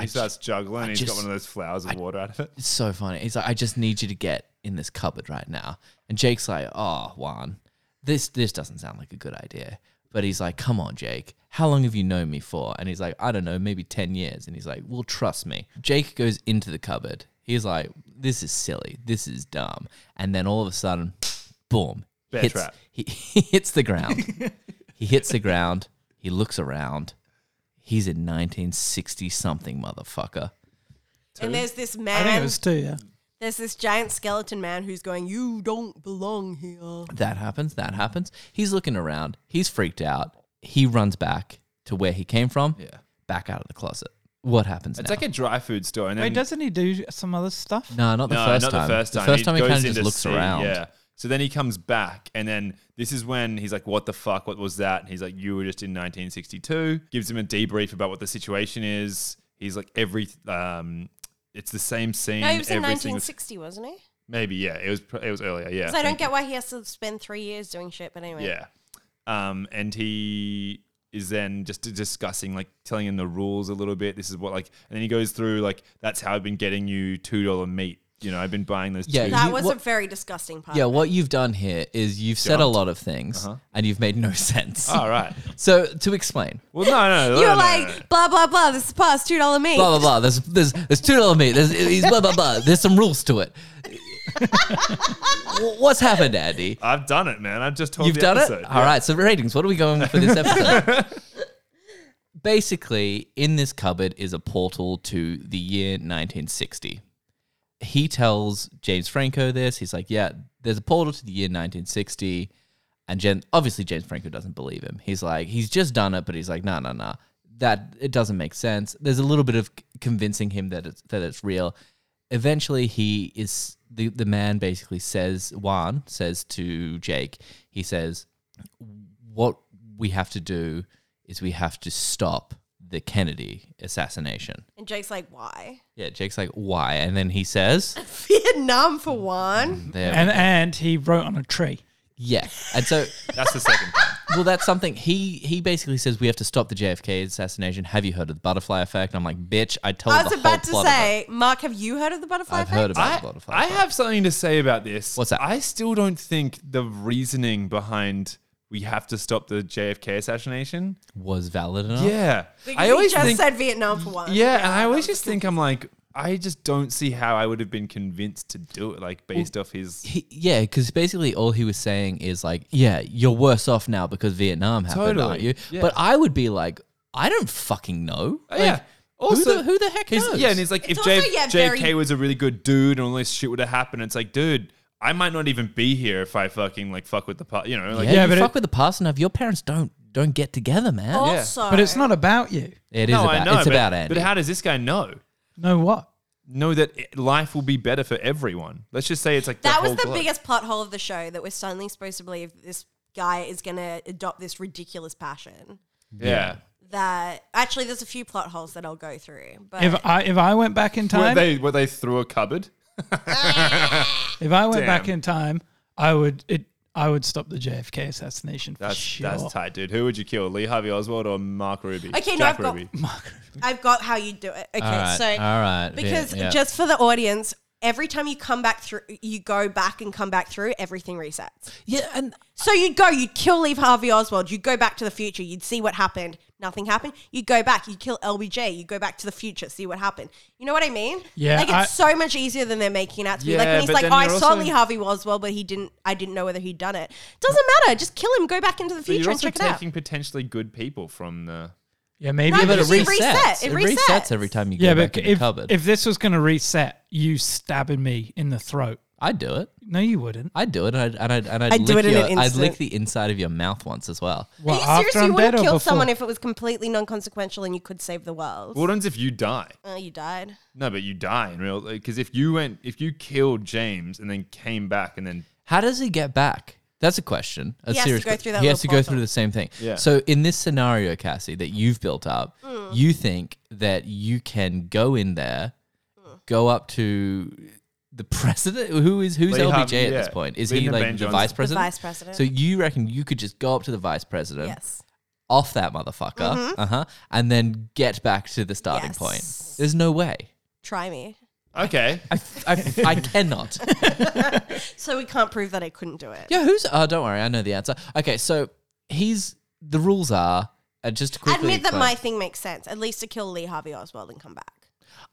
He starts juggling. and He's just- got one of those flowers with water out of it. it's so funny. He's like, I just need you to get in this cupboard right now. And Jake's like, Oh, Juan, this this doesn't sound like a good idea. But he's like, Come on, Jake. How long have you known me for? And he's like, I don't know, maybe ten years. And he's like, Well, trust me. Jake goes into the cupboard. He's like, This is silly. This is dumb. And then all of a sudden, boom. Bear hits, trap. He, he hits the ground. he hits the ground. He looks around. He's a 1960 something motherfucker. And there's this I think man. it was two. Yeah. there's this giant skeleton man who's going, You don't belong here. That happens. That happens. He's looking around. He's freaked out. He runs back to where he came from. Yeah. Back out of the closet. What happens It's now? like a dry food store. And then Wait, doesn't he do some other stuff? no, not the no, first not time. the first time. The first time he, goes kind in of to just looks see, around. Yeah. So then he comes back, and then this is when he's like, "What the fuck? What was that?" And he's like, "You were just in 1962." Gives him a debrief about what the situation is. He's like, "Every um, it's the same scene." No, he was in every single- 1960, wasn't he? Maybe yeah. It was pr- it was earlier. Yeah. Because I don't thank get why he has to spend three years doing shit, but anyway. you. Yeah. Um, and he is then just discussing like telling him the rules a little bit. This is what like, and then he goes through like, "That's how I've been getting you two dollar meat." You know, I've been buying those. Yeah, two- That You- was what- a very disgusting part. Yeah, what you've done here is you've said a Jumped. Uh-huh. Ah. lot of things and you've made no sense. All right. So to explain, Well, no, no. no, You're no, no, like, no. blah, blah, blah. This is past $2 meat. blah blah blah. There's there's there's two little meat. There's he's blah blah blah. There's some rules to it. Wh- What's happened, Andy? I've done it, man. I've just told You've the done episode. it. All right. So ratings. What are we going for this episode? Basically, in this cupboard is a portal to the year 1960. He tells James Franco this. He's like, "Yeah, there's a portal to the year 1960," and Jen, obviously James Franco doesn't believe him. He's like, "He's just done it," but he's like, "No, no, no." that it doesn't make sense. There's a little bit of c- convincing him that it's that it's real. Eventually, he is the the man. Basically, says Juan says to Jake, he says, "What we have to do is we have to stop the Kennedy assassination." And Jake's like, why? Yeah, Jake's like, "Why?" And then he says, Vietnam for one. there we- And and he wrote on a tree. "Yeah." And so That's the second thing. well, that's something he he basically says we have to stop the JFK assassination. Have you heard of the butterfly effect? And I'm like, bitch, I told. I was the about to whole plot of it. say, Mark, have you heard of the butterfly I've effect? heard about I, the butterfly. I effect. have something to say about this. What's that? I still don't think the reasoning behind we have to stop the JFK assassination. was valid enough. Yeah, Because I he always just think. said Vietnam for one. yeah, and I always just think I'm like, I just don't see how I would have been convinced to do it, like based off his. He, yeah, because basically all he was saying is like, yeah, you're worse off now because Vietnam happened, Totally, aren't you? yeah. Oh, But I would be like, I don't fucking know. Like, yeah. who Also, the, who the heck he's- knows? Yeah, and it's like It's if also, JF- yeah, JFK very- was a really good dude and all this shit would have happened, it's like, dude, I might not even be here if I fucking like fuck with the part, you know, like yeah, Yeah, you but fuck it- with the past enough. Your parents don't don't get together, man. Also, But it's not about you. It is about it's but, about Andy. But how does this guy know? Know what? Know that it- life will be better for everyone. Let's just say it's like that the was whole the globe. biggest plot hole of the show that we're suddenly supposed to believe that this guy is going to adopt this ridiculous passion. Yeah, That actually, there's a few plot holes that I'll go through. But If I if I went back in were time, they were they through a cupboard? if I went back Damn. in time, I would it I would stop the JFK assassination for That's sure. that's tight, dude. Who would you kill, Lee Harvey Oswald or Mark Ruby? Okay, no, Jack I've got- Ruby. I've got how you do it. Okay, all right, so all right, because yeah, yeah. just for the audience, every time you come back through, you go back and come back through, everything resets. yeah, and So you'd go, you'd kill Leave Harvey Oswald, you'd go back to the future, you'd see what happened, nothing happened. You'd go back, you'd kill LBJ, you'd go back to the future, see what happened. You know what I mean? Yeah, Like it's I- so much easier than they're making it out to be. Yeah, like when he's but like, then oh, I you're saw also- Lee Harvey Oswald, but he didn't I didn't know whether he'd done it. Doesn't matter, just kill him, go back into the But future you're and also check it out. taking potentially good people from the. yeah, maybe No, if but it but it resets. reset- It it resets. resets. every time you go yeah, back but in the if, cupboard. if this was gonna reset, you stabbing me in the throat. I'd do it. No, you wouldn't. I'd do it. And I'd, and I'd, and I'd, I'd do lick it in your, an I'd lick instant. the inside of your mouth once as well. Well, Are you after serious? I'm You dead would or have before? killed someone if it was completely non consequential and you could save the world. What happens if you die? Oh, you died. No, but you die in real. Because if you went, if you killed James and then came back and then How does he get back? That's a question. A He has to serious go que- through that He has to go little portal. through the same thing. Yeah. So in this scenario, Cassie, that you've built up, Mm. you think that you can go in there, Mm. go up to the president. Who is who's Lee LBJ Harvey- at this yeah. point? Is he Lyndon like Ben the Johnson. vice The president? vice president. So you reckon you could just go up to the vice president, Yes. Mm-hmm. off that motherfucker, uh huh, and then get back to the starting Yes. point? There's no way. Try me. okay, I, I, I cannot. So we can't prove that I couldn't do it. Yeah, who's? Oh, don't worry, I know the answer. Okay, so he's the rules are uh, just to quickly. Admit that explain- my thing makes sense, at least to kill Lee Harvey Oswald and come back.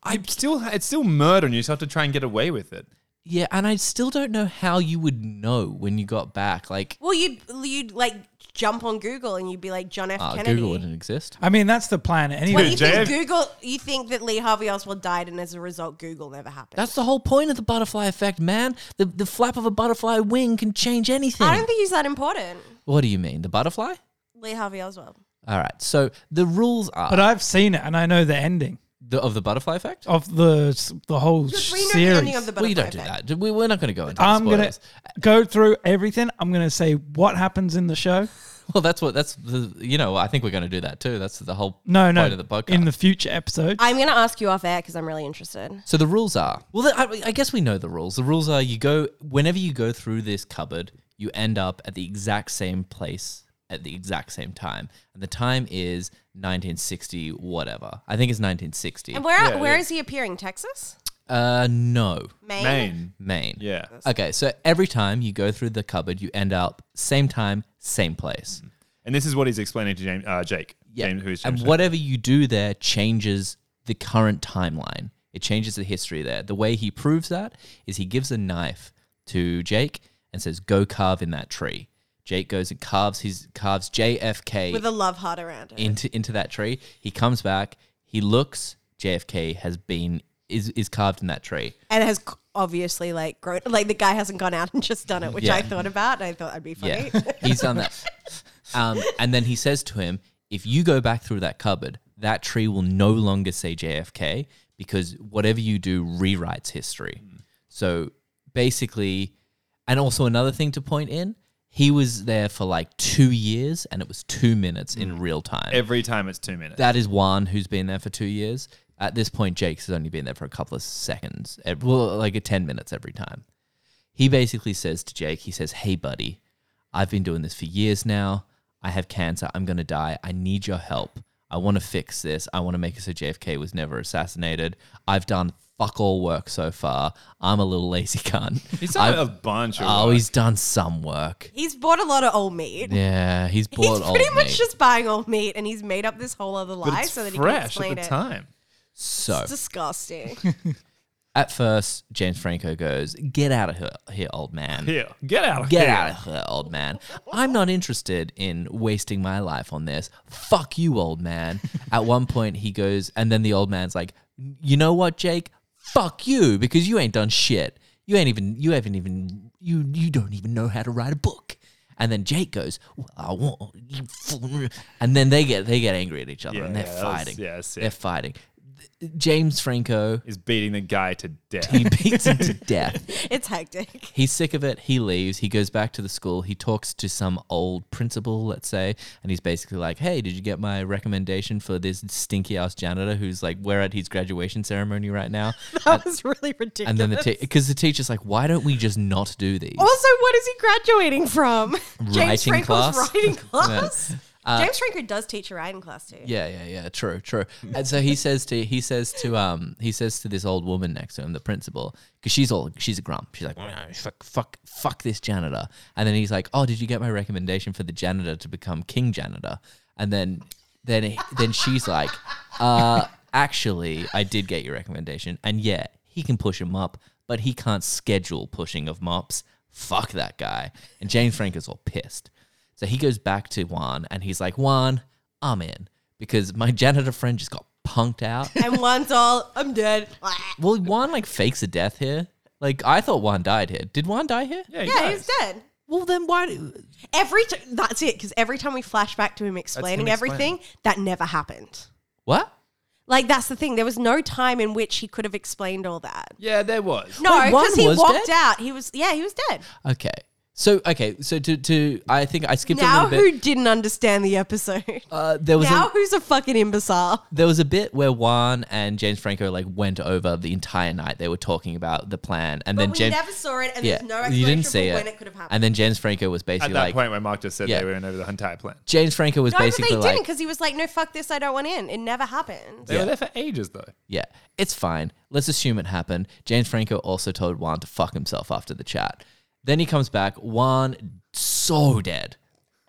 I'm still it's still murder, and you just have to try and get away with it. yeah, and I still don't know how you would know when you got back. Like, Well, you'd you'd like jump on Google and you'd be like John F. ah, Kennedy. Google wouldn't exist. I mean, that's the plan. Anyway, Well, you Dude, think Google? You think that Lee Harvey Oswald died, and as a result, Google never happened. That's the whole point of the butterfly effect, man. The the flap of a butterfly wing can change anything. I don't think he's that important. what do you mean, the butterfly? Lee Harvey Oswald. All right, so the rules are but I've seen it and I know the ending the, of the butterfly effect. of the s- the whole Because we know the ending series. of the well, butterfly you don't do effect. that. We, we're not going to go into. the I'm gonna spoilers. go through everything. I'm gonna say what happens in the show. Well, that's what that's the you know. I think we're going to do that too. That's the whole No, point no, of the podcast. in the future episode. I'm gonna ask you off air because I'm really interested. So the rules are well. I, I guess we know the rules. The rules are you go whenever you go through this cupboard, you end up at the exact same place at the exact same time, and the time is 1960 whatever. I think it's 1960. And where Yeah, where yeah. is he appearing? Texas, Uh, no, Maine. Maine, Maine. yeah. Okay, so every time you go through the cupboard, you end up same time, same place. And this is what he's explaining to James, uh, Jake. Yeah. James, who is and James whatever you do there changes the current timeline. It changes the history there. The way he proves that is he gives a knife to Jake and says, "Go carve in that tree." Jake goes and carves his carves JFK with a love heart around it. into into that tree. He comes back. He looks. JFK has been is is carved in that tree. and has c- obviously like grown like the guy hasn't gone out and just done it which Yeah. i thought about and i thought i'd be funny Yeah, he's done that. Um, and then he says to him, "If you go back through that cupboard, that tree will no longer say JFK because whatever you do rewrites history. So basically, and also another thing to point in, he was there for like two years and it was two minutes in real time. Every time it's two minutes. That is Juan, who's been there for two years. At this point, Jake's has only been there for a couple of seconds, ev- well, like a 10 minutes every time. He basically says to Jake, he says, Hey, buddy, I've been doing this for years now. I have cancer. I'm going to die. I need your help. I want to fix this. I want to make it so JFK was never assassinated. I've done fuck all work so far. I'm a little lazy cunt. He's done I've- a bunch of. Oh, work. he's done some work. He's bought a lot of old meat. Yeah, he's He's bought all pretty much me. just buying old meat and he's made up this whole other but lie it's so that he can fresh at explain the it. time. so It's disgusting. At first, James Franco goes, "Get out of here, here old man. Here, get out. of Get here. out of here, old man. I'm not interested in wasting my life on this. Fuck you, old man." At one point, he goes, and then the old man's like, "You know what, Jake? Fuck you, because you ain't done shit. You ain't even. You haven't even. You you don't even know how to write a book." And then Jake goes, well, "I want you," fool." and then they get they get angry at each other Yeah, and they're yeah, that was- fighting. yeah, that's it. they're fighting. James Franco. Is beating the guy to death. He beats him to death. it's hectic. He's sick of it. He leaves. He goes back to the school. He talks to some old principal, let's say, and he's basically like, "Hey, did you get my recommendation for this stinky ass janitor who's like we're at his graduation ceremony right now?" That was really ridiculous. and then the because the teacher's like, "Why don't we just not do these?" also, what is he graduating from? James Writing Franco's class? writing class. James Franco does teach a writing class too. Yeah, yeah, yeah. True, true. And so he says to he says to um he says to this old woman next to him, the principal, because she's all she's a grump. She's like, "Nah, fuck, fuck, fuck this janitor. And then he's like, oh, did you get my recommendation for the janitor to become king janitor? And then then he- then she's like, uh, actually, I did get your recommendation, and yeah, he can push him up, but he can't schedule pushing of mops. Fuck that guy. And James Franco's all pissed. So he goes back to Juan and he's like, Juan, I'm in because my janitor friend just got punked out. And one's all, I'm dead. well, Juan like fakes a death here. Like I thought Juan died here. Did Juan die here? Yeah, he Yeah, does. he's dead. Well, then why? Do, Every t- that's it because every time we flash back to him explaining everything, that never happened. what? Like that's the thing. There was no time in which he could have explained all that. Yeah, there was. No, Wait, one because he was walked dead? out. He was yeah, he was dead. Okay. So okay. So to to I think I skipped a now little who bit. didn't understand the episode? Uh, there was now a, who's a fucking imbecile? there was a bit where Juan and James Franco like went over the entire night. They were talking about the plan, and then James saw it, and yeah, you didn't see it. And then James Franco was At basically that like point where Mark just said Yeah. they were in over the entire plan. James Franco was no, but they basically didn't like because he was like, "No, fuck this, I don't want in." It never happened. They were there for ages though. Yeah, it's fine. Let's assume it happened. James Franco also told Juan to fuck himself after the chat. Then he comes back. Juan so dead.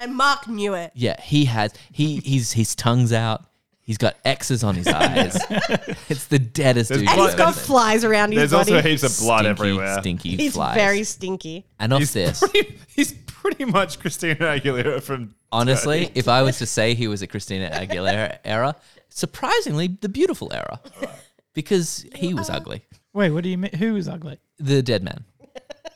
And Mark knew it. Yeah, he has he he's his tongue's out. He's got X's on his eyes. it's the deadest There's dude. And blood- he's I've got ever seen. flies around his There's body. also heaps of blood Stinky, everywhere. Stinky he's flies. very stinky. and off He's this, pretty, he's pretty much Christina Aguilera from. honestly, if I was to say he was a Christina Aguilera era, surprisingly the beautiful era, because he was Uh-huh. ugly. Wait, what do you mean? Who is ugly? The dead man.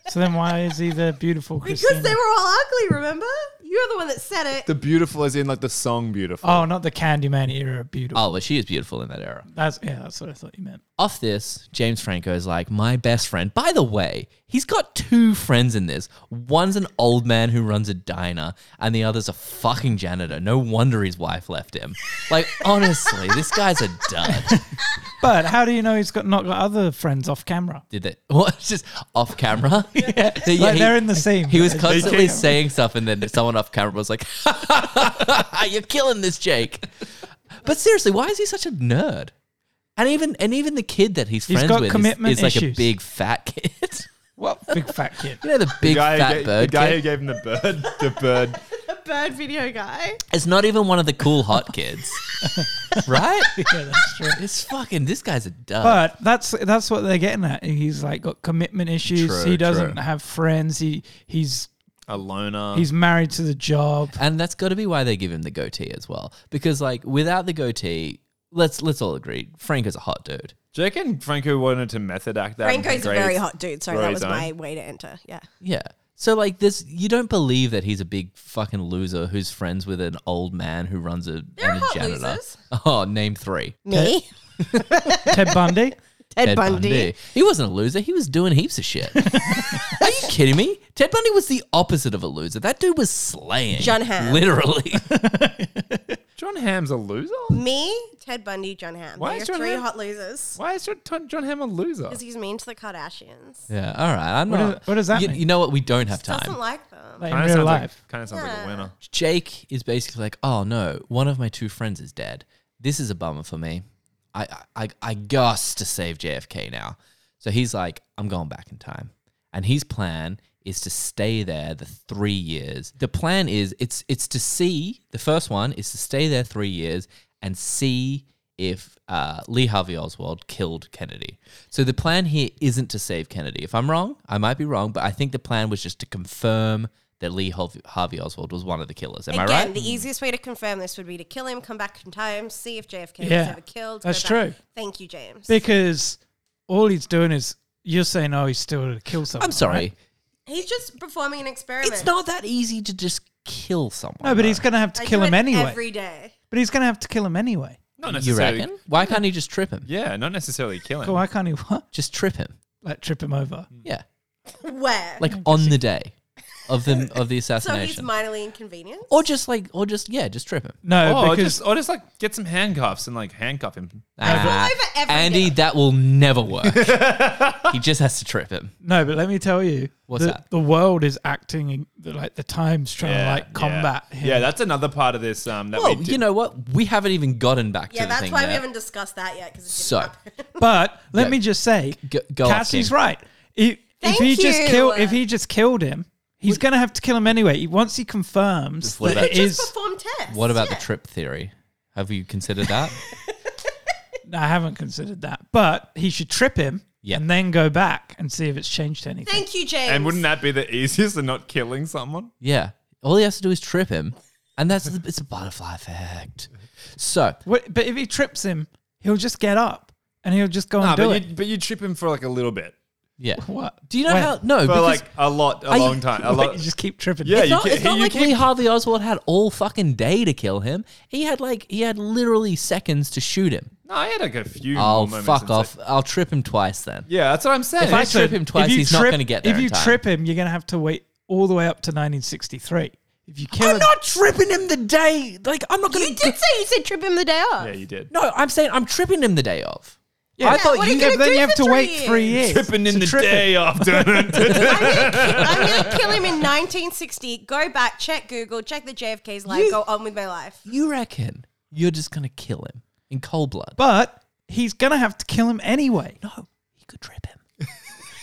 So then why is he the beautiful Christina? Because they were all ugly, remember? You're the one that said it. The beautiful, as in like the song "Beautiful." oh, not the Candyman era of beautiful. Oh, but she is beautiful in that era. That's yeah, that's what I thought you meant. off this, James Franco is like, my best friend. By the way, he's got two friends in this. One's an old man who runs a diner, and the other's a fucking janitor. No wonder his wife left him. Like, honestly, this guy's a dud. But how do you know he's got not got other friends off camera? Did they? What? Just off camera? yeah. Like he- they're in the same. He was They constantly keep- saying stuff, and then someone off camera was like, "You're killing this, Jake." But seriously, why is he such a nerd? And even and even the kid that he's He's friends got with commitment is, is like a issues. big fat kid. What big fat kid? you know the the big guy, fat who, gave, bird. the guy who kid? gave him the bird. The bird. Bird video guy. It's not even one of the cool hot kids, right? Yeah, that's true. It's fucking. This guy's a dud. But that's that's what they're getting at. He's like got commitment issues. True, he doesn't true. have friends. He he's A loner. he's married to the job. and that's got to be why they give him the goatee as well, because like without the goatee, let's let's all agree, Frank is a hot dude. Do you reckon Franco wanted to method act that? and Franco's a create very his- hot dude. Sorry, grow that his was own? my way to enter. Yeah. Yeah. So like this, you don't believe that he's a big fucking loser who's friends with an old man who runs a, There are and a hot janitor. losers. Oh, name three. Me, Ted Bundy. Ted, Bundy. He wasn't a loser. He was doing heaps of shit. Are you kidding me? Ted Bundy was the opposite of a loser. That dude was slaying. John Hamm. Literally. John Ham's a loser. Me, Ted Bundy, John Hamm. Why Why is You're John three Hamm- hot losers Why is John, John Ham a loser? because he's mean to the Kardashians. yeah. All right. I'm What not. is- what does that you, mean? you know what? We don't have time. Doesn't like them. Like in Kinda real sounds like- life. Kinda sounds like Yeah. a winner. Jake is basically like, "Oh no, one of my two friends is dead. This is a bummer for me. I I I got to save JFK now." So he's like, "I'm going back in time." And his plan is to stay there the 3 years. The plan is it's it's to see the first one is to stay there 3 years and see if uh, Lee Harvey Oswald killed Kennedy. So the plan here isn't to save Kennedy. If I'm wrong, I might be wrong, but I think the plan was just to confirm that Lee Harvey, Harvey Oswald was one of the killers. Am Again, I right? the easiest way to confirm this would be to kill him, come back in time, see if JFK was Yeah. ever killed. That's go back. true. Thank you, James. Because all he's doing is you're saying, oh, he's still to kill someone. I'm sorry. right? He's just performing an experiment. It's not that easy to just kill someone. No, but he's though. going to have to I kill do him it anyway. Every day. But he's going to have to kill him anyway. Not You necessarily. reckon? Why can't he just trip him? Yeah, not necessarily killing. So why can't he what? Just trip him. Like trip him over. Yeah. Where? Like on the day of the of the so he's assassination. minorly inconvenienced? or just like or just yeah, just trip him. No, Oh, because just, or just like get some handcuffs and like handcuff him. Ah, over everything. Andy, that will never work. he just has to trip him. no, but let me tell you, What's the, that? the world is acting in- the, like the times trying to like combat Yeah. him. Yeah, that's another part of this. Um, that Well, we did. you know what? We haven't even gotten back yeah, to the that's thing why there. we haven't discussed that yet because it's So, so. But let Yeah. me just say, Go- go off, Cassie's King. right. If, if Thank he just you. kill, if he just killed him, he's going to have to kill him anyway. He- Once he confirms What that about- it Just is, perform tests. what about yeah. the trip theory? Have you considered that? I haven't considered that. But he should trip him Yeah. and then go back and see if it's changed anything. Thank you, James. and wouldn't that be the easiest than not killing someone? yeah. All he has to do is trip him, and that's the, it's a butterfly effect. So What, but if he trips him, he'll just get up and he'll just go and do but it. you but you trip him for like a little bit, yeah. What? Do you know Wait, how? No, for Uh, because like a lot, a Are you- long time, a wait, lot. you just keep tripping. Yeah, It's you not, can- it's not you like keep- Lee Harvey Oswald had all fucking day to kill him. He had like he had literally seconds to shoot him. no, I had like a few. Oh more moments fuck and off! it's I'll trip him twice then. like- yeah, that's what I'm saying. If I trip him twice, if you he's not trip- gonna get there If in you time. trip him, you're going to have to wait all the way up to 1963. If you kill I'm him, not tripping him the day. Like I'm not gonna. You did say you said trip him the day off. yeah, you did. No, I'm saying I'm tripping him the day of. yeah, I thought what are you. you yeah, gonna but then do you have for to three wait years? three years. Tripping in to the trip him. day off. I'm gonna, ki- I'm gonna kill him in 1960. Go back, check Google, check the JFK's life, You- go on with my life. You reckon you're just gonna kill him in cold blood? But he's going to have to kill him anyway. no, you could trip him.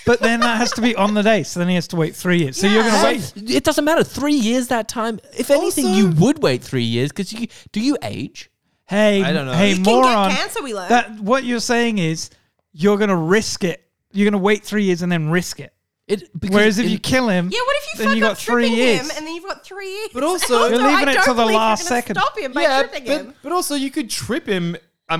But then that has to be on the day. So then he has to wait three years. So you're going Yeah. to wait. It doesn't matter. Three years that time. If anything, Also- you would wait three years because you do you age? Hey, I don't know. hey, You can get moron. cancer, we learn. That, what you're saying is you're going to risk it. You're going to wait three years and then risk it. It because Whereas if in- you kill him, Yeah, what if you then fuck you up got three tripping years. him and then you've got three years? But also- You're leaving I it don't till the believe you're last gonna second. Stop him by yeah, tripping him. but, but also you could trip him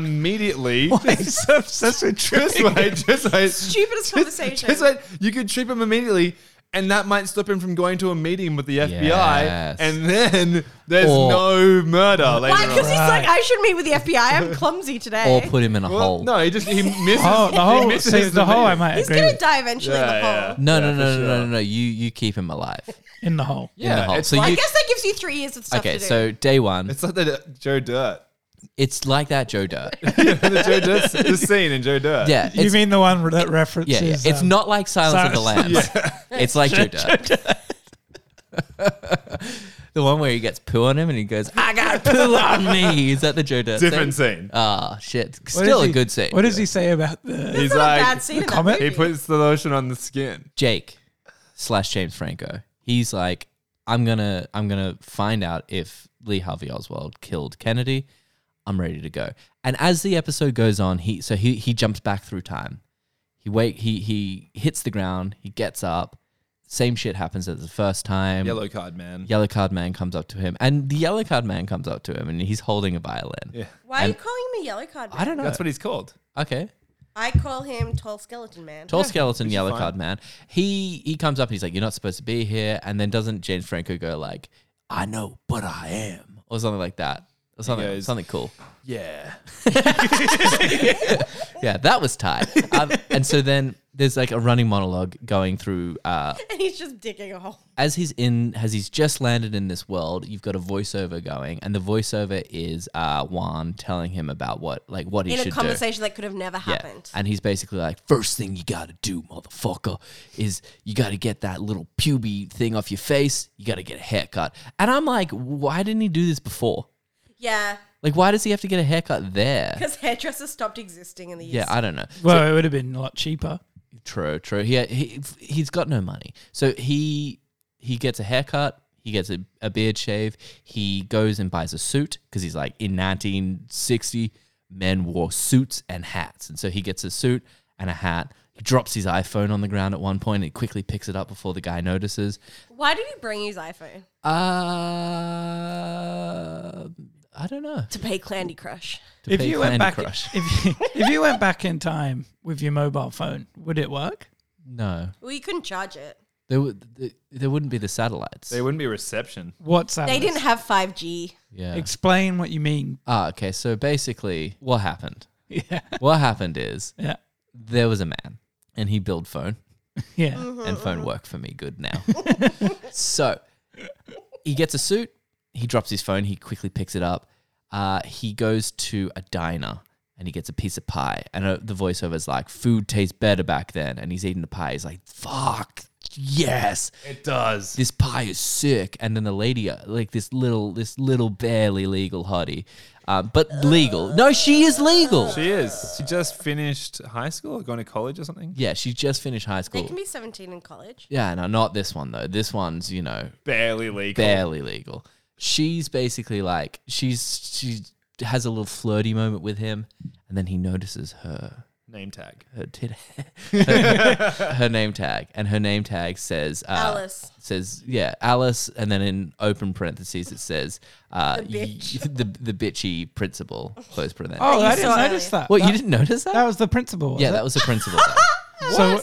immediately. Why are you so obsessed with Just tripping? wait, just wait. Stupidest conversation. Just wait. You could trip him immediately, and that might stop him from going to a meeting with the FBI. Yes. And then there's Or- no murder later Why? on. Because he's like, I should meet with the FBI. I'm clumsy today. or put him in a Well, hole. no, he just he misses. Oh, the he whole, misses so the whole, I meeting. might he's agree. gonna With. die eventually in the Yeah, hole. yeah. No, no, for no, no, sure. no, no, no. You you keep him alive. In the hole. in the hole. it's So like, I you guess that gives you three years of stuff okay? to do. So day one, it's, it's like the Joe Dirt. like that Joe Dirt. the Joe Dirt the scene in Joe Dirt. Yeah, You it's, mean the one that references? yeah, yeah. It's um, not like Silence of the Lambs. Silence- It's like Joe Dirt. the one where he gets poo on him and he goes, "I got poo on me." Is that the Joe Dirt? different scene? scene. Ah, shit. what Still does a he- good scene. What does he say about the? He's It's not a like bad scene in that comment? movie. he puts the lotion on the skin. Jake slash James Franco. He's like, I'm gonna I'm gonna find out if Lee Harvey Oswald killed Kennedy. I'm ready to go. And as the episode goes on, he so he he jumps back through time. He wake he he hits the ground, he gets up. Same shit happens as the first time. Yellow card man. Yellow card man comes up to him, and the yellow card man comes up to him, and he's holding a violin. Yeah. Why are you calling me yellow card? I don't know. That's what he's called. okay. I call him Tall Skeleton Man. Tall skeleton, yellow fine. card man. He he comes up and he's like, "You're not supposed to be here." And then doesn't James Franco go like, "I know, but I am," or something like that, or something goes- something cool. Yeah. Yeah, that was tight. um, and so then there's like a running monologue going through uh, and he's just digging a hole. as he's in as he's just landed in this world you've got a voiceover going and the voiceover is uh juan telling him about what like what he In should a conversation that could have never do happened. and he's basically like first thing you gotta do motherfucker is you gotta get that little puby thing off your face you gotta get a haircut and i'm like why didn't he do this before Yeah. like why does he have to get a haircut there Because hairdressers stopped existing in the yeah years. i don't know Well, it would have been a lot cheaper. True, true. He, he he's got no money, so he he gets a haircut. He gets a, a beard shave. He goes and buys a suit because he's like in 1960, men wore suits and hats, and so he gets a suit and a hat. He drops his iPhone on the ground at one point and quickly picks it up before the guy notices. Why did he bring his iPhone? Uh, I don't know. To play Candy Crush. To if play you went Candy back, Crush. if you, if you went back in time with your mobile phone, would it work? no, Well, you couldn't charge it. there would there wouldn't be the satellites. There wouldn't be reception. What's that? They didn't have 5G. yeah. Explain what you mean. ah, okay. So basically, what happened? Yeah, What happened is yeah, there was a man and he built phone yeah. Mm-hmm. and phone work for me good now so he gets a suit he drops his phone he quickly picks it up uh, he goes to a diner and he gets a piece of pie and uh, the voiceover's like food tastes better back then and he's eating the pie he's like fuck yes It does. this pie is sick and then the lady uh, like this little this little barely legal hottie um, but legal no she is legal She is. She just finished high school or going to college or something. yeah she just finished high They school can be 17 in college. Yeah, no, not this one though. This one's, you know, Barely legal. barely legal. She's basically like she's she has a little flirty moment with him, and then he notices her Name tag. her tit her, her name tag, and her name tag says uh, Alice. says yeah Alice, and then in open parentheses it says uh, the, the the bitchy principal close parentheses. Oh, I didn't saw notice earlier. that. what that, you didn't notice that? that was the principal. was yeah, it? that was the principal. though. So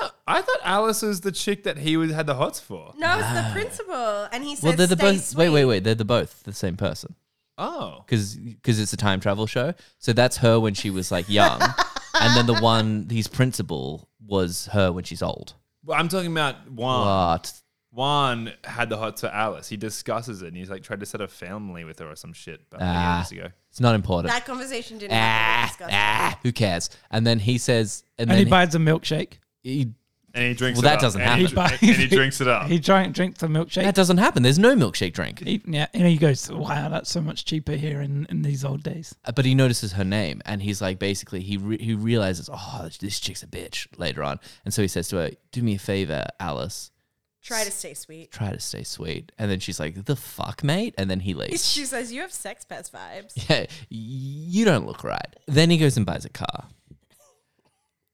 No, I thought Alice was the chick that he was, had the hots for. No, it's the principal. And he says, Ah. well, they're the "Stay both. Wait, wait, sweet." wait. They're the both the same person. Oh. because it's a time travel show. So that's her when she was like young, and then the one his principal was her when she's old. Ah, Well, I'm talking about Juan. But Juan had the hots for Alice. He discusses it and he's like tried to set up a family with her or some shit about Ah. years ago. it's not important. That conversation didn't Ah, happen. ah, who cares? And then he says, and, and he then buys a milkshake. he, And he drinks Well, it that up. doesn't and he, happen. dr- and he drinks it Oh. up. He drank drink the milkshake. that doesn't happen. There's no milkshake drink. He- yeah, and he goes, "Wow, that's so much cheaper here in, in these old days." but he notices her name and he's like basically he re- he realizes oh this chick's a bitch later on and so he says to her do me a favor alice Try to stay sweet. try to stay sweet and then she's like the fuck mate and then he leaves She says, You have sex pest vibes. Yeah, you don't look right. Then he goes and buys a car.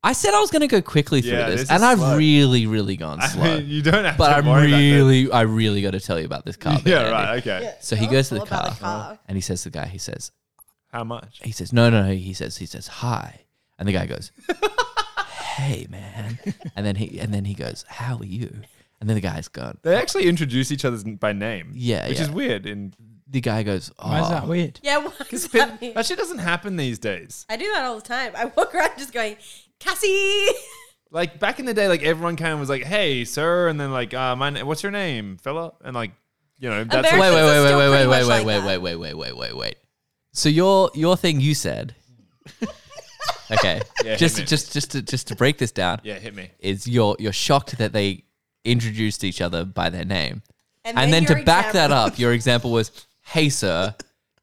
I said I was going to go quickly through Yeah, this this, is and I've slow. really, really gone I slow. mean, you don't have but to I'm worry about that. really, I really got to tell you about this car. bit, Yeah, Andy. right. Okay. So he goes to the All about car, the car. and he says to the guy, he says, How much? he says, no, no, no. He says, he says, hi, and the guy goes, hey, man, and then he, and then he goes, how are you? And then the guy's gone. They actually introduce each other by name. Yeah, Which yeah. is weird. And The guy goes, oh, Why is that weird? Yeah, what does that mean? that shit doesn't happen these days. I do that all the time. I walk around just going, Cassie. Like back in the day, like everyone kind of was like, "Hey, sir," and then like, uh, "My, na- what's your name, fella?" And like, you know, that's American- wait, wait, Americans wait, are still wait, wait, pretty wait, much wait, like wait, that. wait, wait, wait, wait, wait, wait. So your your thing you said. Okay. Yeah, just hit me. just just to just to break this down. yeah, hit me. Is you're you're shocked that they introduced each other by their name. And, then, then to your back that example- up, your example was, "Hey sir,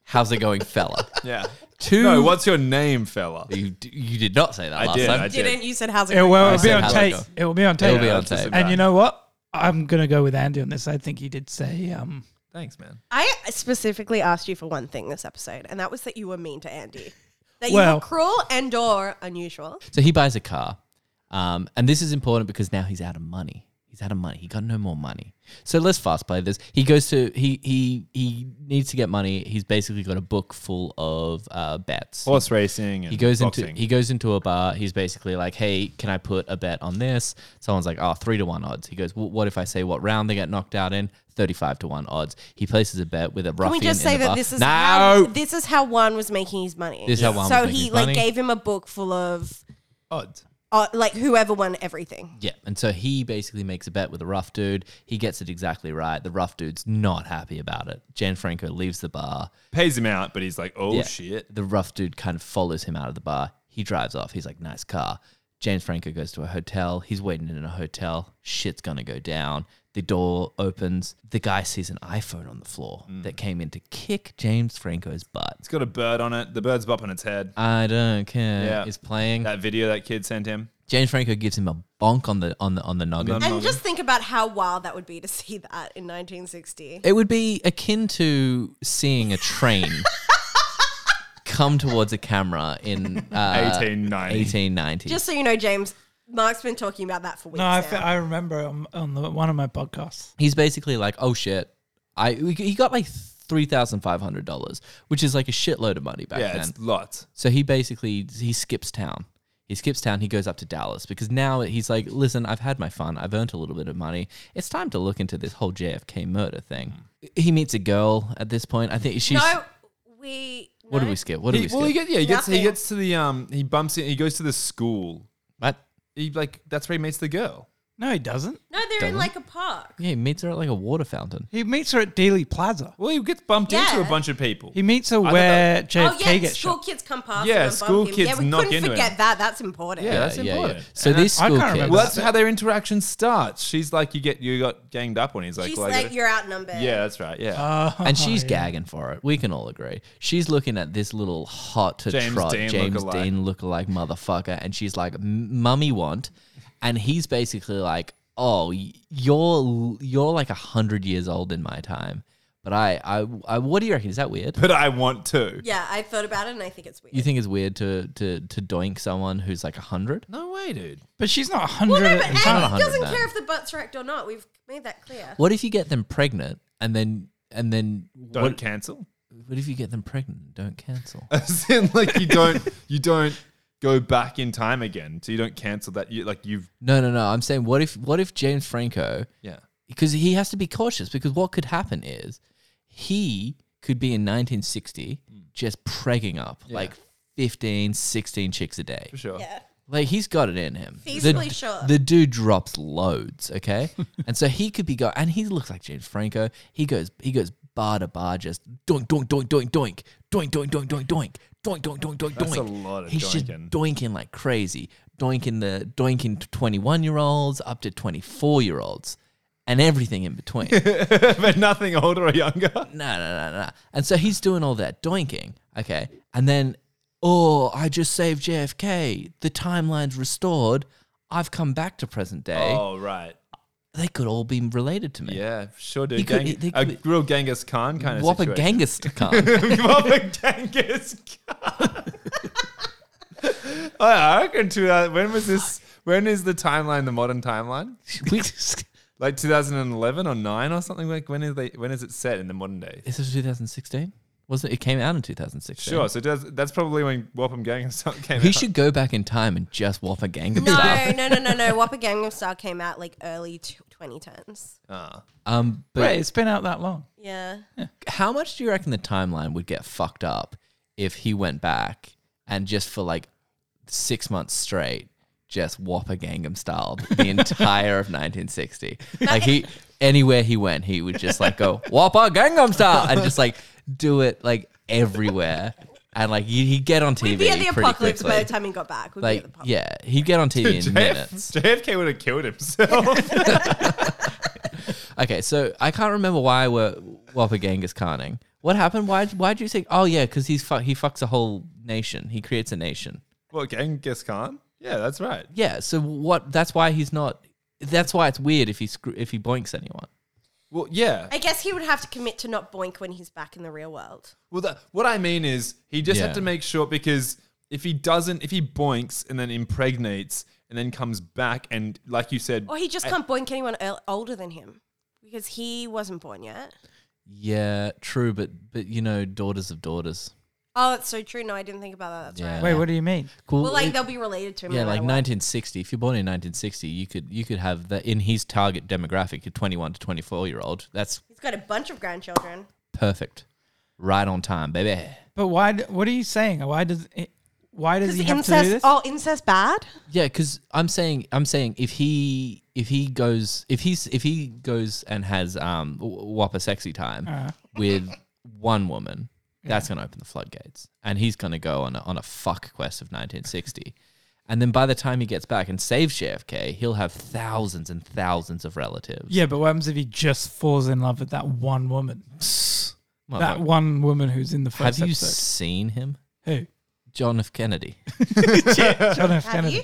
how's it going, fella?" Yeah. Two No, what's your name, fella? you d- you did not say that I last did, time. I did. Didn't you said how's it It going? will I it'll be said on how tape. it go. It will be on tape. It'll be Yeah, on that's tape. a- And you know what? I'm gonna go with Andy on this. I think he did say, um, Thanks, man. I specifically asked you for one thing this episode, and that was that you were mean to Andy. That you Well- were cruel and or unusual. So he buys a car, um, and this is important because now he's out of money. He's He's out of money. He got no more money. So let's fast play this. He goes to he he he needs to get money. He's basically got a book full of uh, bets. Horse racing and He goes boxing. into he goes into a bar. He's basically like, "Hey, can I put a bet on this?" Someone's like, "Oh, three to one odds." He goes, well, "What if I say what round they get knocked out in?" Thirty-five to one odds. He places a bet with a Can ruffian. we just in say the that bar. this is no. how this is how Juan was making his money? This is how Juan was so making he his like money. gave him a book full of Odds. uh, like whoever won everything. Yeah, and so he basically makes a bet with a rough dude. He gets it exactly right. The rough dude's not happy about it. Gianfranco leaves the bar. pays him out, but he's like, oh Yeah. shit. The rough dude kind of follows him out of the bar. He drives off. He's like, nice car. James Franco goes to a hotel. He's waiting in a hotel. Shit's going to go down. The door opens. The guy sees an iPhone on the floor Mm. that came in to kick James Franco's butt. It's got a bird on it. The bird's bopping its head. I don't care. Yeah. It's playing. That video that kid sent him. James Franco gives him a bonk on the on the on the noggin. Nom- And just think about how wild that would be to see that in 1960. It would be akin to seeing a train come towards a camera in uh, 1890. 1890. Just so you know, James, Mark's been talking about that for weeks. No, I, now. fe- I remember on, on the, one of my podcasts. He's basically like, oh shit, I he got like three thousand five hundred dollars, which is like a shitload of money back Yeah, then. it's lots. So he basically he skips town. He skips town. He goes up to Dallas because now he's like, listen, I've had my fun. I've earned a little bit of money. It's time to look into this whole JFK murder thing. Hmm. He meets a girl at this point. I think she's. no, we. what no. do we skip? What do we skip? well, he gets yeah, he gets he Nothing. gets to the um he bumps in. He goes to the school. What? He like that's where he meets the girl. No, he doesn't. No, they're Don't. in like a park. Yeah, he meets her at like a water fountain. He meets her at Dealey Plaza. Well, he gets bumped into Yeah. a bunch of people. He meets her thought where Oh JFK yeah, gets school shot. kids come past. him Yeah, and bump school him. kids Yeah, we knock couldn't into forget him. that. That's important. yeah, that's yeah, important. So And these I- I school can't kids. remember Well, that's how their interaction starts. She's like, you get you got ganged up on. He's like, She's well, I like, gotta- you're outnumbered. yeah, that's right. Yeah, and she's gagging for it. We can all agree. She's looking at this little hot to James trot Dean James lookalike. Dean lookalike motherfucker, and she's like, "M- "Mummy want," and he's basically like, "Oh, y- you're you're like a hundred years old in my time, but I, I I what do you reckon? Is that weird?" but I want to. Yeah, I thought about it and I think it's weird. You think it's weird to to to doink someone who's like a hundred? No way, dude. But she's not 100 well, no, at but the time. Annie doesn't 100%. care if the butt's wrecked or not. We've made that clear. What if you get them pregnant and then and then Don't what, cancel. what if you get them pregnant? and Don't cancel. As in, like you don't you don't go back in time again. So you don't cancel that. You like you've No, no, no. I'm saying what if what if James Franco yeah. because he has to be cautious because what could happen is he could be in 1960 just pregging up like 15 16 chicks a day For sure. Yeah. like he's got it in him Feasibly the, sure. the dude drops loads okay and so he could be go and he looks like james franco he goes he goes bar to bar just doink doink doink doink doink doink doink doink doink doink doink doink doink doink That's a doink. lot of he's just doinking. doinking like crazy doinking the doinking 21 year olds up to 24 year olds and everything in between but nothing older or younger. no, no, no, no. And so he's doing all that doinking, okay? And then, oh, I just saved JFK. The timeline's restored. I've come back to present day. Oh right. They could all be related to me. Yeah, sure, He dude. could- Gang- he- they a could- real Genghis Khan kind of Whopper situation. Genghis Khan. Whopper Genghis Khan. I reckon two, uh, when was this? When is the timeline? The modern timeline, We just- like 2011 or nine or something. Like when is they? When is it set in the modern day? Is this 2016? Was it? It came out in 2016. Sure. So does, that's probably when Whopper Genghis Khan came He out. should go back in time and just Whopper Genghis stuff. No, no, no, no, no. Whopper Gangnam Style came out like early t- 2010s. Ah. Um, but Wait, it's been out that long. Yeah. how much do you reckon the timeline would get fucked up if he went back and just for like six months straight just whopper gangnam styled the entire of 1960 like he anywhere he went he would just like go whopper gangnam style and just like do it like everywhere and like he- he'd get on tv We'd be at the pretty apocalypse by quickly the time he got back. We'd like be at the apocalypse. yeah he'd get on tv in JF, minutes JFK would have killed himself. Okay, so I can't remember why we're Whopper Genghis Khaning. What happened? Why? Why do you think? Oh yeah, because he's fu- he fucks a whole nation. He creates a nation. well, Genghis Khan. Yeah, that's right. Yeah. So what? That's why he's not. That's why it's weird if he screw, if he boinks anyone. Well, yeah. I guess he would have to commit to not boink when he's back in the real world. Well, that, what I mean is he just Yeah. had to make sure because if he doesn't, if he boinks and then impregnates and then comes back and, like you said, Or he just I- can't boink anyone el- older than him because he wasn't born yet. Yeah, true, but but you know, daughters of daughters. Oh, it's so true. No, I didn't think about that. That's Yeah. right. Wait, what do you mean? Cool. Well, like it- they'll be related to him. yeah, no like matter what. 1960. If you're born in 1960, you could you could have that in his target demographic, a 21 to 24 year old. That's He's got a bunch of grandchildren. perfect, right on time, baby. But why? d- What are you saying? Why does it, why does Because he have to do incest. this? Oh, incest bad. Yeah, because I'm saying I'm saying if he if he goes if he's if he goes and has um w- whopper sexy time Uh-huh. with one woman, that's gonna open the floodgates, and he's gonna go on a, on a fuck quest of 1960, and then by the time he gets back and saves JFK, he'll have thousands and thousands of relatives. Yeah, but what happens if he just falls in love with that one woman? Well, like, That one woman who's in the have first you episode. seen him, Who? John F. Kennedy? John F. Have Kennedy. you?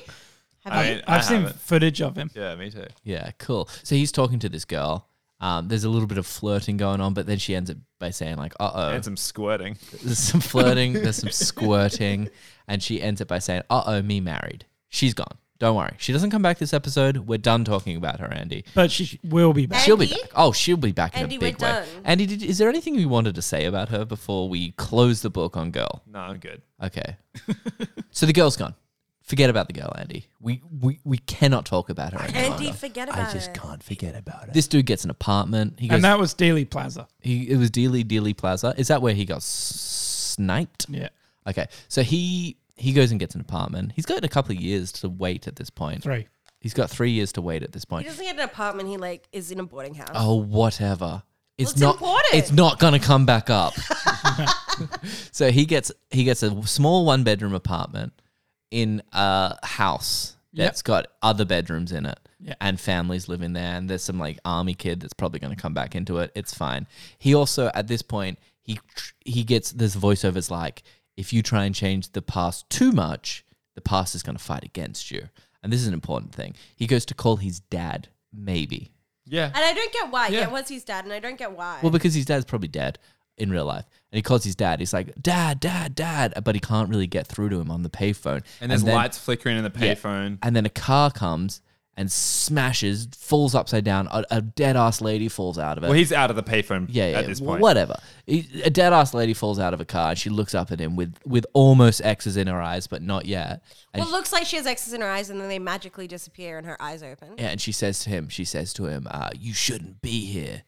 Have I you? mean, I I've seen haven't. footage of him. Yeah, me too. Yeah, cool. So he's talking to this girl. Um, there's a little bit of flirting going on, but then she ends up by saying like, "Uh oh." And some squirting. there's some flirting, there's some squirting, and she ends it by saying, "Uh oh, me married. She's gone. Don't worry. She doesn't come back this episode. We're done talking about her, Andy. But she will be back. She'll be Andy? back. Oh, she'll be back Andy, in a we're big way. done. Andy, did, is there anything you wanted to say about her before we close the book on girl? No, I'm good. Okay. so the girl's gone. Forget about the girl, Andy. We we, we cannot talk about her. any Andy, longer. forget about it. can't forget about it. This dude gets an apartment. He goes. And that was Dealey Plaza. he, it was Dealey Dealey Plaza. Is that where he got s- sniped? Yeah. Okay, so he he goes and gets an apartment. He's got a couple of years to wait at this point. Three. He's got three years to wait at this He point. doesn't get an apartment. He like is in a boarding house. Oh, whatever. It's, it's not important. It's not gonna come back up. so he gets he gets a small one bedroom apartment in a house Yep. that's got other bedrooms in it. Yeah. And families live in there, and there's some like army kid that's probably going to come back into it. It's fine. He also, at this point, he tr- he gets this voiceovers like, if you try and change the past too much, the past is going to fight against you. And this is an important thing. He goes to call his dad, maybe Yeah. And I don't get why. Yeah, Yeah. it was his dad, and I don't get why. well, because his dad's probably dead in real life. And he calls his dad. He's like, Dad, Dad, Dad. But he can't really get through to him on the payphone. And there's then, lights flickering in the Yeah. payphone. And then a car comes and smashes, falls upside down. A, a dead ass lady falls out of it. Well, he's out of the payphone yeah, yeah. at this point. Whatever. He- a dead ass lady falls out of a car. And she looks up at him with, with almost X's in her eyes, but not yet. And Well, it looks like she has X's in her eyes, and then they magically disappear, and her eyes open. yeah, and she says to him, she says to him, uh, "You shouldn't be here."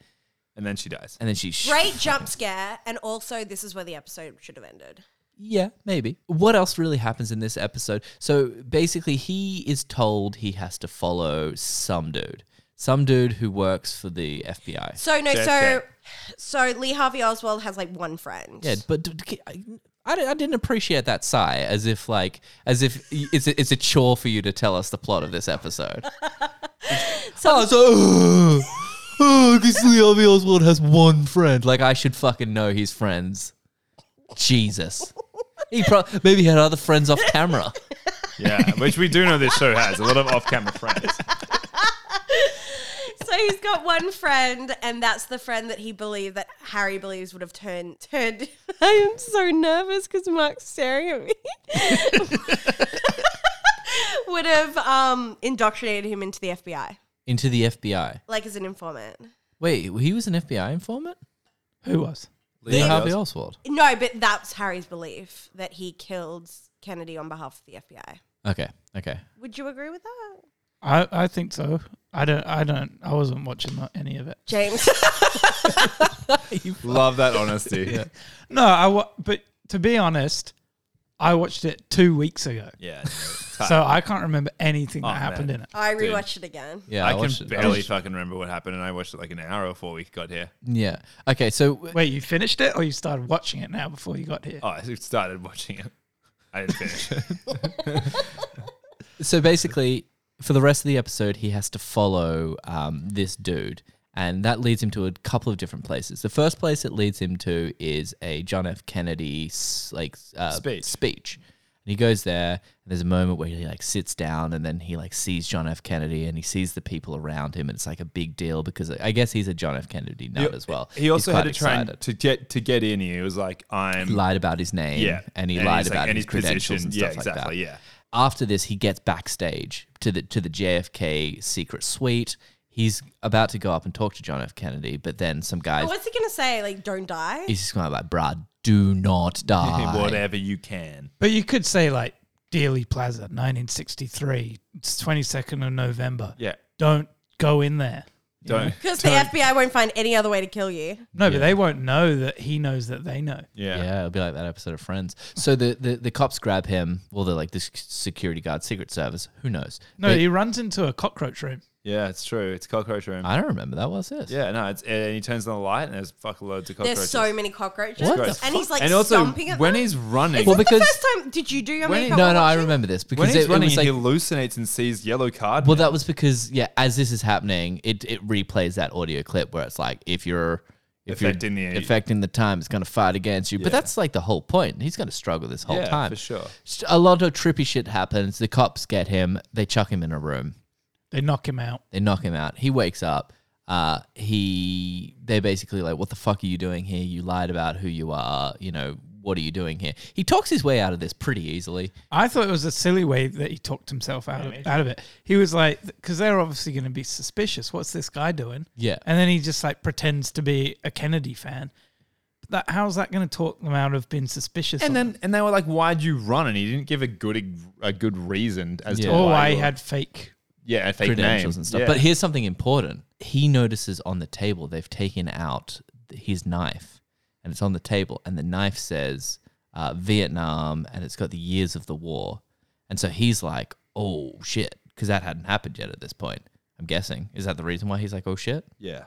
And then she dies. And then she sh- Great jump scare, and also this is where the episode should have ended. Yeah, maybe. What else really happens in this episode? So basically, he is told he has to follow some dude, some dude who works for the FBI. So no, so JFK. so Lee Harvey Oswald has like one friend. Yeah, but d- d- I, I di- I didn't appreciate that sigh, as if like as if y- it's a, it's a chore for you to tell us the plot of this episode. oh, so. Oh, because Lee Harvey Oswald has one friend. Like I should fucking know his friends. Jesus, he pro- maybe he had other friends off camera. yeah. Which we do know this show has a lot of off camera friends. So he's got one friend, and that's the friend that he believed that Harry believes would have turned turned. I am so nervous because Mark's staring at me. would have um, indoctrinated him into the FBI, into the FBI. like as an informant. Wait, he was an FBI informant? Who was? Lee Harvey Oswald. No, but that's Harry's belief that he killed Kennedy on behalf of the FBI. Okay, okay. Would you agree with that, I, I think so. I don't I don't I wasn't watching that- any of it. James? Love that honesty. yeah. No, I wa- but to be honest, I watched it two weeks ago, Yeah. no, it's hard. so I can't remember anything Oh, that happened man. in it. I rewatched it again. Yeah, I, watched can it. barely fucking remember what happened, and I watched it like an hour before we got here. Yeah. Okay, so Wait, you finished it or you started watching it now before you got here? Oh, I started watching it. I didn't finish it. so basically, for the rest of the episode, he has to follow um, this dude, and that leads him to a couple of different places. The first place it leads him to is a John F. Kennedy s- like uh, Speech. speech. And he goes there, and there's a moment where he like sits down, and then he like sees John F. Kennedy, and he sees the people around him, and it's like a big deal because I guess he's a John F. Kennedy nut as well. He He's also had quite to try and, excited. to get to get in. He was like, "I'm." lied about his name Yeah, and he And lied he's like, about and his position. credentials and stuff yeah, exactly. like that. Yeah, after this, he gets backstage to the to the JFK secret suite. He's about to go up and talk to John F. Kennedy, but then some guys. What's he gonna say? Like, don't die. He's just going like, "Brad, do not die." Whatever you can. But you could say like Dealey Plaza, 1963. It's 22nd of November. Yeah. Don't go in there. Don't. Because the FBI won't find any other way to kill you. No, but they won't know that he knows that they know. Yeah. Yeah. it'll be like that episode of Friends. So the, the, the cops grab him. Well, they're like this security guard, Secret Service. Who knows? No, They- he runs into a cockroach room. Yeah, it's true. It's cockroach room. I don't remember that. What's this? yeah, no, it's and he turns on the light and there's fuck loads of cockroaches. There's so many cockroaches, What the and he's like and also stomping at when them. he's running, Well, Is this because- the first time did you do your When he- makeup? No, while no, I watching? remember this when because he's it, it running, was like. he hallucinates and sees yellow card. well, man. that was because yeah, as this is happening, it it replays that audio clip where it's like if you're if Affecting you're the- affecting the time, it's going to fight against you. But that's like the whole point. He's going to struggle this whole Yeah, time for sure. A lot of trippy shit happens. The cops get him. They chuck him in a room. They knock him out. They knock him out. He wakes up. Uh, he they're basically like, "What the fuck are you doing here? You lied about who you are. You know what are you doing here?" He talks his way out of this pretty easily. I thought it was a silly way that he talked himself out of, out of it. He was like, because they're obviously going to be suspicious. What's this guy doing? Yeah. And then he just like pretends to be a Kennedy fan. That how's that going to talk them out of being suspicious? and of then and they were like, "Why'd you run?" And he didn't give a good a good reason as Yeah. to them? or why he you were- had fake? yeah a fake credentials name. and stuff. Yeah. But here's something important. He notices on the table they've taken out th- his knife, and it's on the table, and the knife says uh, Vietnam, and it's got the years of the war, and so he's like, "Oh shit," because that hadn't happened yet at this point. I'm guessing is that the reason why he's like, "Oh shit." yeah,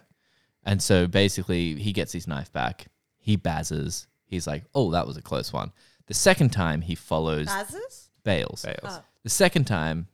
And so basically, he gets his knife back. He bazzes. He's like, oh, that was a close one. The second time, he follows Bazes? Bales. Bales. Oh. The second time,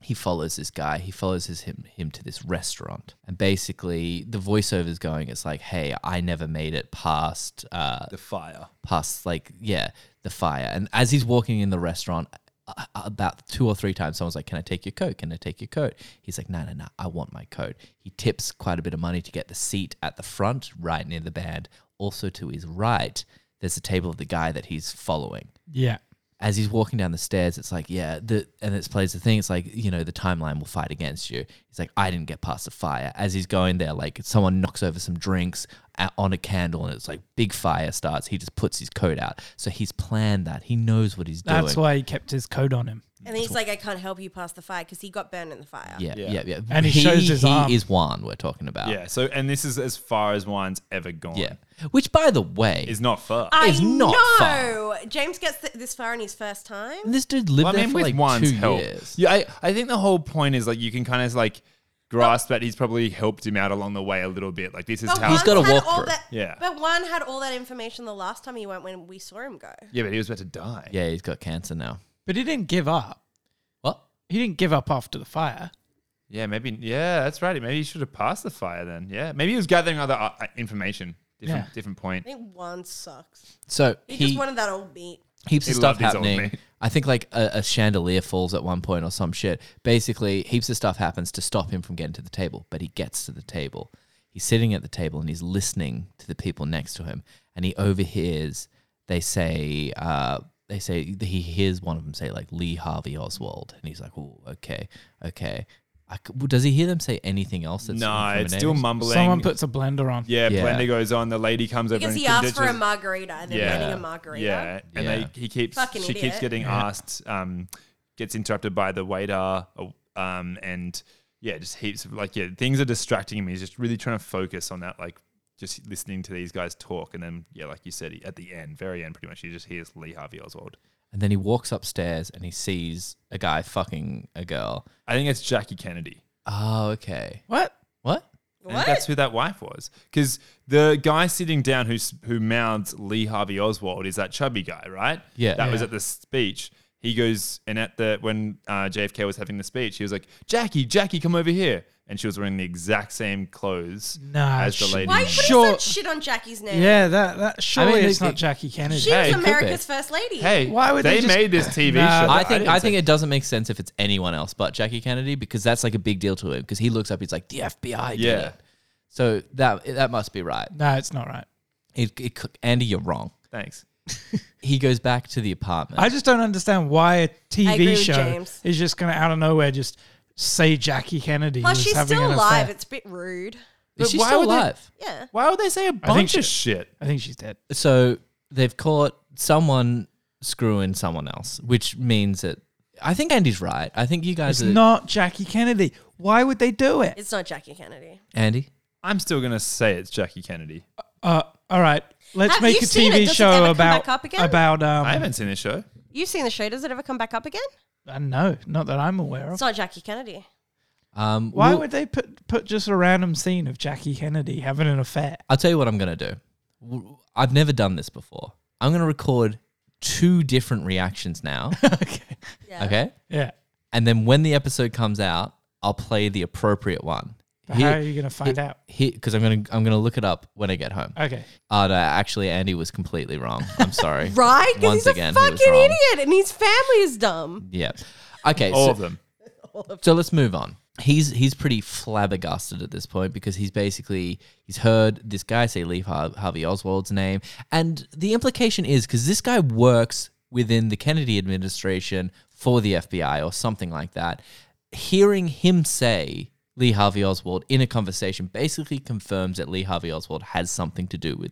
he follows this guy. He follows his, him him to this restaurant, and basically, the voiceover's going. It's like, hey, I never made it past uh, the fire. past like yeah the fire and as he's walking in the restaurant uh, uh, about two or three times someone's like can i take your coat can i take your coat he's like no no no i want my coat he tips quite a bit of money to get the seat at the front right near the band also to his right there's the table of the guy that he's following Yeah. as he's walking down the stairs, it's like, yeah, the and it plays the thing. It's like, you know, the timeline will fight against you. He's like, I didn't get past the fire. As he's going there, like someone knocks over some drinks a- on a candle, and it's like big fire starts. He just puts his coat out. So he's planned that. He knows what he's doing. That's why he kept his coat on him. And then he's like, I can't help you past the fire because he got burned in the fire. yeah, yeah, Yeah. yeah, And he shows his he arm. is Juan. We're talking about. Yeah. So and this is as far as wine's ever gone. Oh. yeah. Which, by the way, is not far. I It's not know. far. James gets th- this far in his first time. this dude lived Well, I there mean, for with like Juan's two help. years. Yeah, I, I think the whole point is like you can kind of like grasp that he's probably helped him out along the way a little bit. Like this is But how. He's got Juan a had walk all through. that- Yeah. But one had all that information the last time he went when we saw him go. yeah, but he was about to die. Yeah, he's got cancer now. But he didn't give up. What? He didn't give up after the fire. Yeah, maybe. Yeah, that's right. Maybe he should have passed the fire then. Yeah, maybe he was gathering other uh, uh, information. Different, Yeah. different I point. think one sucks. So He, just wanted that old meat. heaps of He stuff loved his old happening. mate. I think like a, a chandelier falls at one point or some shit. Basically, heaps of stuff happens to stop him from getting to the table, but he gets to the table. He's sitting at the table and he's listening to the people next to him, and he overhears they say uh, they say he hears one of them say like Lee Harvey Oswald, and he's like, oh, okay, okay. I c well, does he hear them say anything else? That's No, incriminating? it's still mumbling. Someone puts a blender on. yeah, Yeah. blender goes on. The lady comes over Because and he asked for a conditions- margarita and they're getting a margarita. Yeah, and Yeah. They, he keeps Fucking she keeps idiot. getting asked, um, gets interrupted by the waiter, uh, um, and yeah, just heaps of like yeah, things are distracting him. He's just really trying to focus on that, like just listening to these guys talk, and then yeah, like you said, he- at the end, very end, pretty much, he just hears Lee Harvey Oswald. And then he walks upstairs and he sees a guy fucking a girl. I think it's Jackie Kennedy. Oh, okay. What? What? And that's who that wife was, because the guy sitting down who who mounts Lee Harvey Oswald is that chubby guy, right? Yeah. that was Yeah. at the speech. He goes and at the when uh, JFK was having the speech, he was like, "Jackie, Jackie, come over here," and she was wearing the exact same clothes Nah, as the she- lady. Why are you putting Sure. such shit on Jackie's name? Yeah, that that surely mean, it's it- not Jackie Kennedy. She Hey, was could America's first lady. Hey, Why would they, they just- made this TV Nah. show? I I think didn't I think it doesn't make sense if it's anyone else but Jackie Kennedy because that's like a big deal to him because he looks up he's like the FBI did Yeah. it. So that that must be right. no, it's not right. It, it, could- Andy, you're wrong. thanks. he goes back to the apartment. I just don't understand why a agree TV with show James. is just going to out of nowhere just say Jackie Kennedy Plus, was she's having still an alive. affair. It's a bit rude. Is But she why still would they- alive? Yeah. Why would they say a bunch of she- shit? I think she's dead. So they've caught someone screwing someone else, which means that I think Andy's right. I think you guys It's are not Jackie Kennedy. Why would they do it? It's not Jackie Kennedy. Andy. I'm still gonna say it's Jackie Kennedy. Uh, all right, let's Have make you a seen it? TV Does it show ever come about back up again? about um. I haven't seen this show. You've seen the show. Does it ever come back up again? uh, no, not that I'm aware of. It's not Jackie Kennedy. Um, Why we'll- would they put put just a random scene of Jackie Kennedy having an affair? I'll tell you what I'm going to do. W- I've never done this before. I'm going to record two different reactions now. okay, Yeah. okay. yeah. And then when the episode comes out, I'll play the appropriate one. But how are you going to find out? Because I'm going to I'm going to look it up when I get home. Okay, Oh, no, actually, Andy was completely wrong. I'm sorry. Right? Because Once he's a again, he was fucking wrong. idiot and his family is dumb. Yeah. Okay. All so- of them. So let's move on. He's he's pretty flabbergasted at this point because he's basically he's heard this guy say Lee Har- Harvey Oswald's name, and the implication is because this guy works within the Kennedy administration for the FBI or something like that. Hearing him say Lee Harvey Oswald in a conversation basically confirms that Lee Harvey Oswald has something to do with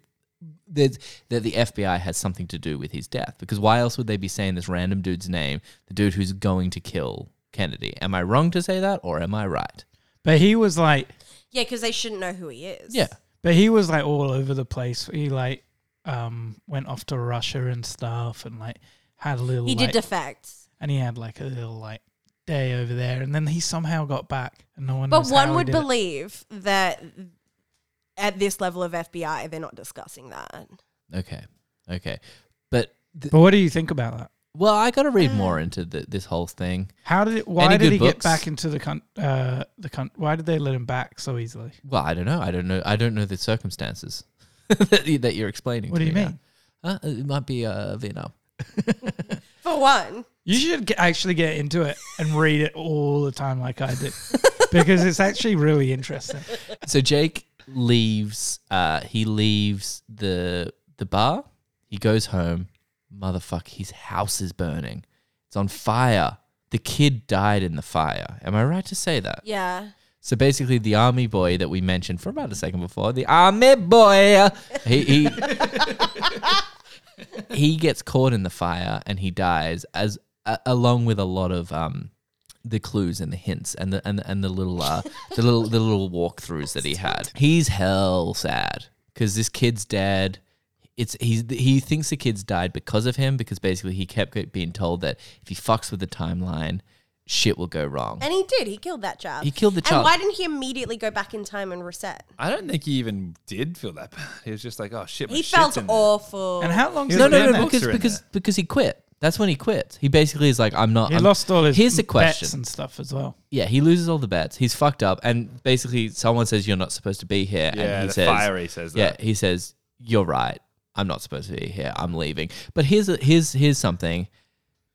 that that the FBI has something to do with his death because why else would they be saying this random dude's name, the dude who's going to kill Kennedy? Am I wrong to say that or am I right? but he was like, Yeah, because they shouldn't know who he is. Yeah. but he was like all over the place. He like um went off to Russia and stuff, and like had a little. He did like, defect. and he had like a little like day over there, and then he somehow got back, and no one. But knows how one he would did it. believe that at this level of FBI, they're not discussing that. Okay. Okay. But th- But what do you think about that? well, I got to Mm. read more into th this whole thing. How did it? Why Any did good he get books? back into the con- uh the con- Why did they let him back so easily? Well, I don't know. I don't know. I don't know the circumstances that, you, that you're explaining. What to do you me mean? now. Huh? It might be uh, Vietnam. For one, You should get, actually get into it and read it all the time, like I do, because it's actually really interesting. So Jake leaves. Uh, he leaves the the bar. He goes home. Motherfuck, his house is burning. It's on fire. The kid died in the fire. Am I right to say that? yeah. So basically, the army boy that we mentioned for about a second before, the army boy, he he, he gets caught in the fire and he dies, as a, along with a lot of um, the clues and the hints and the and, the- and the little uh, the little the little walkthroughs that he had. He's hell sad because this kid's dead. It's he's he thinks the kids died because of him because basically he kept being told that if he fucks with the timeline, shit will go wrong. And he did. He killed that child. He killed the And child. why didn't he immediately go back in time and reset? I don't think he even did feel that bad. He was just like, oh shit. My He shit's felt in there. awful. And how long? no, No, He's no, in no, there. because Books are in because there. because he quit. That's when he quit. He basically is like, I'm not. He I'm- lost all his Here's the bets question. and stuff as well. Yeah, he loses all the bets. He's fucked up, and basically, someone says you're not supposed to be here, Yeah, and he the says, fiery says yeah, that. he says you're right. I'm not supposed to be here. I'm leaving. But here's a, here's here's something.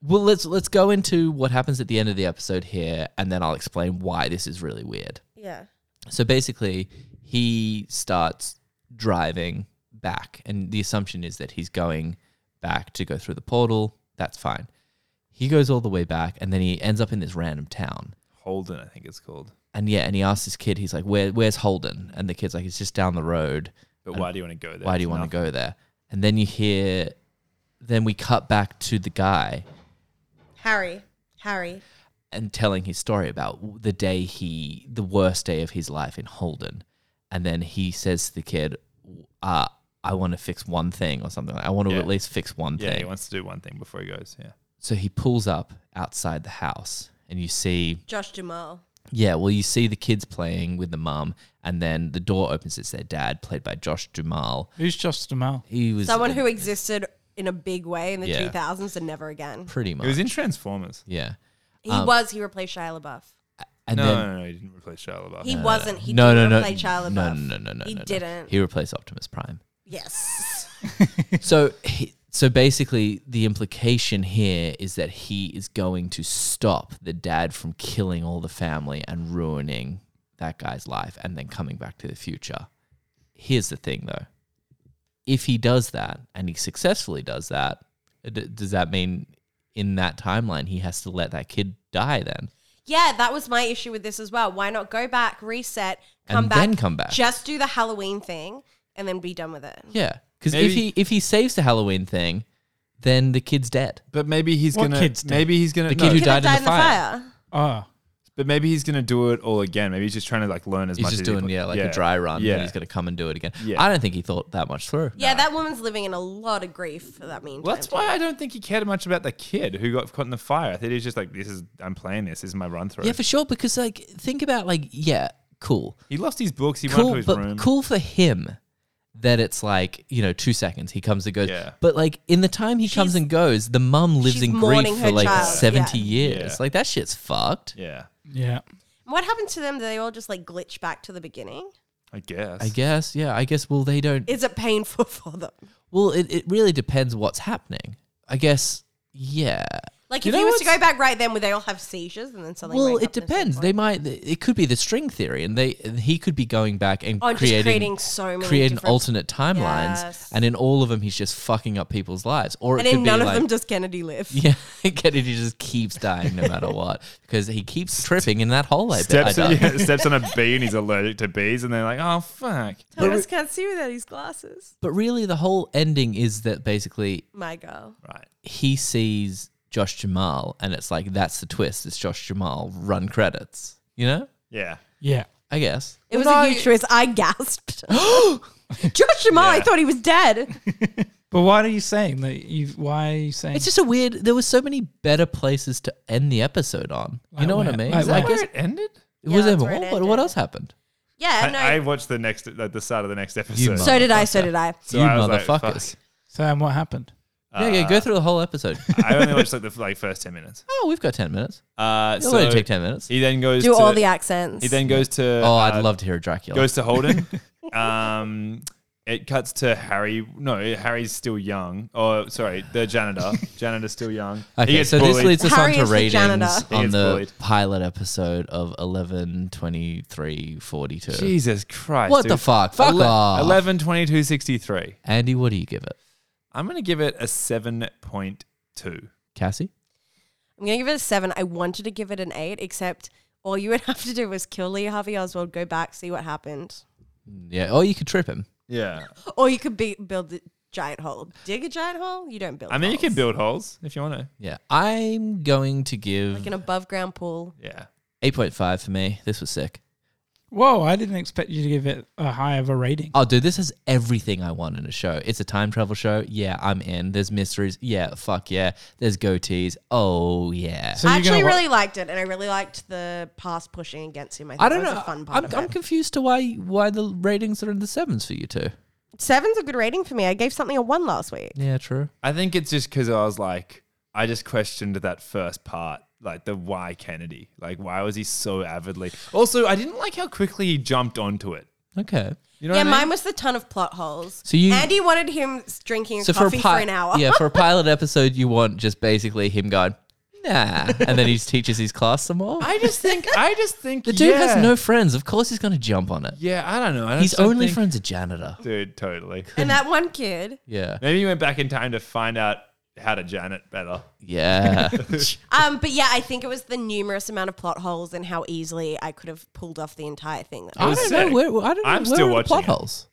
Well, let's let's go into what happens at the end of the episode here, and then I'll explain why this is really weird. yeah. So basically, he starts driving back, and the assumption is that he's going back to go through the portal. That's fine. He goes all the way back, and then he ends up in this random town. Holden, I think it's called. And yeah, and he asks his kid, he's like, Where, "Where's Holden?" And the kid's like, "It's just down the road. But why do you want to go there? Why do you want to go there?" And then you hear, then we cut back to the guy Harry. Harry. and telling his story about the day he the worst day of his life in Holden, and then he says to the kid, uh, "I want to fix one thing or something. Like, I want to Yeah. at least fix one Yeah, thing." he wants to do one thing before he goes. Yeah. so he pulls up outside the house, and you see, Josh Jamal. yeah, well, you see the kids playing with the mum, and then the door opens. It's their dad, played by Josh Duhamel. Who's Josh Duhamel? He was Someone who existed in a big way in the Yeah. 2000s and never again. pretty much, He was in Transformers. yeah, He Um, was. He replaced Shia LaBeouf. and No, then. no, no, he didn't replace Shia LaBeouf. He wasn't. He no, no, didn't no, replace Shia LaBeouf. no, no, no, no, no, He no. didn't. He replaced Optimus Prime. yes. So, he, so basically, the implication here is that he is going to stop the dad from killing all the family and ruining that guy's life, and then coming back to the future. Here's the thing, though: if he does that and he successfully does that, d- does that mean in that timeline he has to let that kid die then? Yeah, that was my issue with this as well. Why not go back, reset, come And back, then come back. just do the Halloween thing, and then be done with it. Yeah, because if Maybe- he if he saves the Halloween thing, then the kid's dead. But maybe he's What gonna. kids do? maybe he's gonna. The kid no, who Could died have in the fire. Oh, but maybe he's gonna do it all again. Maybe he's just trying to like learn as He's much. just as he doing can. yeah like a dry run. Yeah, Yeah. and he's gonna come and do it again. Yeah. I don't think he thought that much through. Yeah, that woman's living in a lot of grief for that mean. Well, that's why I don't think he cared much about the kid who got caught in the fire. I think he's just like, this is I'm playing this. This is my run through. Yeah, for sure. Because like think about like yeah, cool, he lost his books. He cool, went to but his room. cool for him that it's like you know two seconds he comes and goes. Yeah. But like in the time he comes She's- and goes, the mum lives she's in mourning grief for her like child, seventy yeah. years. Yeah. Like that shit's fucked. Yeah, yeah. What happened to them? Do they all just like glitch back to the beginning? I guess. I guess yeah. I guess well they don't Is it painful for them? Well, it, it really depends what's happening. I guess, yeah. Like You if he know was to what's- go back right then, would they all have seizures and then suddenly? well, wake it up in a depends. They different might. It could be the string theory, and they he could be going back and place? oh, creating just creating so many creating different- alternate timelines, Yes. and in all of them, he's just fucking up people's lives. Or it and could in none be of like, them does Kennedy live. yeah, Kennedy just keeps dying no matter what because he keeps tripping in that hole. I, bet, I Steps, dug. yeah, steps on a bee and he's allergic to bees, and they're like, "Oh fuck!" Thomas can't see without his glasses. But really, the whole ending is that basically My girl. Right. he sees Josh Jamal, and it's like that's the twist. It's Josh Jamal. Run credits. You know, Yeah. Yeah. I guess. It was Well, a no, huge twist. I gasped. Josh Jamal, I Yeah. thought he was dead. But why are you saying that? You why are you saying? It's just a weird. There was so many better places to end the episode on. You Like know what I where? mean? Like So I where? guess it ended. it was Yeah, there that's more. where it What, ended. what else happened? Yeah, no. I, I watched the next at the start of the next episode. mother- so did I, so Motherfucker. did I. So you I was like, motherfuckers! Sam, what happened? yeah, yeah. Uh, Go through the whole episode. I only watched like the like first ten minutes. oh, we've got ten minutes. Uh, It'll only take ten minutes. He then goes Do to, all the accents. He then goes to. oh, I'd uh, love to hear a Dracula. Goes to Holden. um, it cuts to Harry. No, Harry's still young. Oh, sorry, the janitor. Janitor's still young. He okay, gets so this bullied. leads us Harry on to is the ratings janitor. He on gets the bullied. pilot episode of 11, 23, 42. Jesus Christ! What dude. the fuck? Fuck Ele- off. 11, 22, 63. Andy, what do you give it? I'm gonna give it a seven point two. Cassie? I'm gonna give it a seven. I wanted to give it an eight, except all you would have to do was kill Lee Harvey Oswald, go back, see what happened, Yeah. Oh, Or you could trip him. Yeah, or you could be, build a giant hole, dig a giant hole. You don't build. I mean you holes. can build holes if you want to. Yeah. I'm going to give like an above ground pool. Yeah, eight point five for me. This was sick. Whoa! I didn't expect you to give it a high of a rating. Oh, dude, this is everything I want in a show. It's a time travel show. Yeah, I'm in. There's mysteries. Yeah, fuck yeah. There's goatees. Oh yeah. So I you're gonna actually wa- really liked it, and I really liked the pass pushing against him. I, think I don't that was know. A fun part I'm, of I'm it. confused to why why the ratings are in the sevens for you two. Seven's a good rating for me. I gave something a one last week. Yeah, true. I think it's just because I was like, I just questioned that first part, like the why Kennedy, like why was he so avidly? Also, I didn't like how quickly he jumped onto it. Okay. You know yeah, what I mean? mine was the ton of plot holes. So you- Andy wanted him s- drinking So for a coffee for, pi- an hour. yeah, for a pilot episode, you want just basically him going nah, and then he teaches his class some more. I just think, I just think the dude has yeah. no friends. Of course, he's gonna jump on it. Yeah, I don't know. I His just don't only think- friend's a janitor. Dude, totally. and that one kid, Yeah. Maybe he went back in time to find out how to Janet better. Yeah. um, but yeah, I think it was the numerous amount of plot holes and how easily I could have pulled off the entire thing. That I was don't know sick. where. I don't know I'm where are still the watching plot it. holes.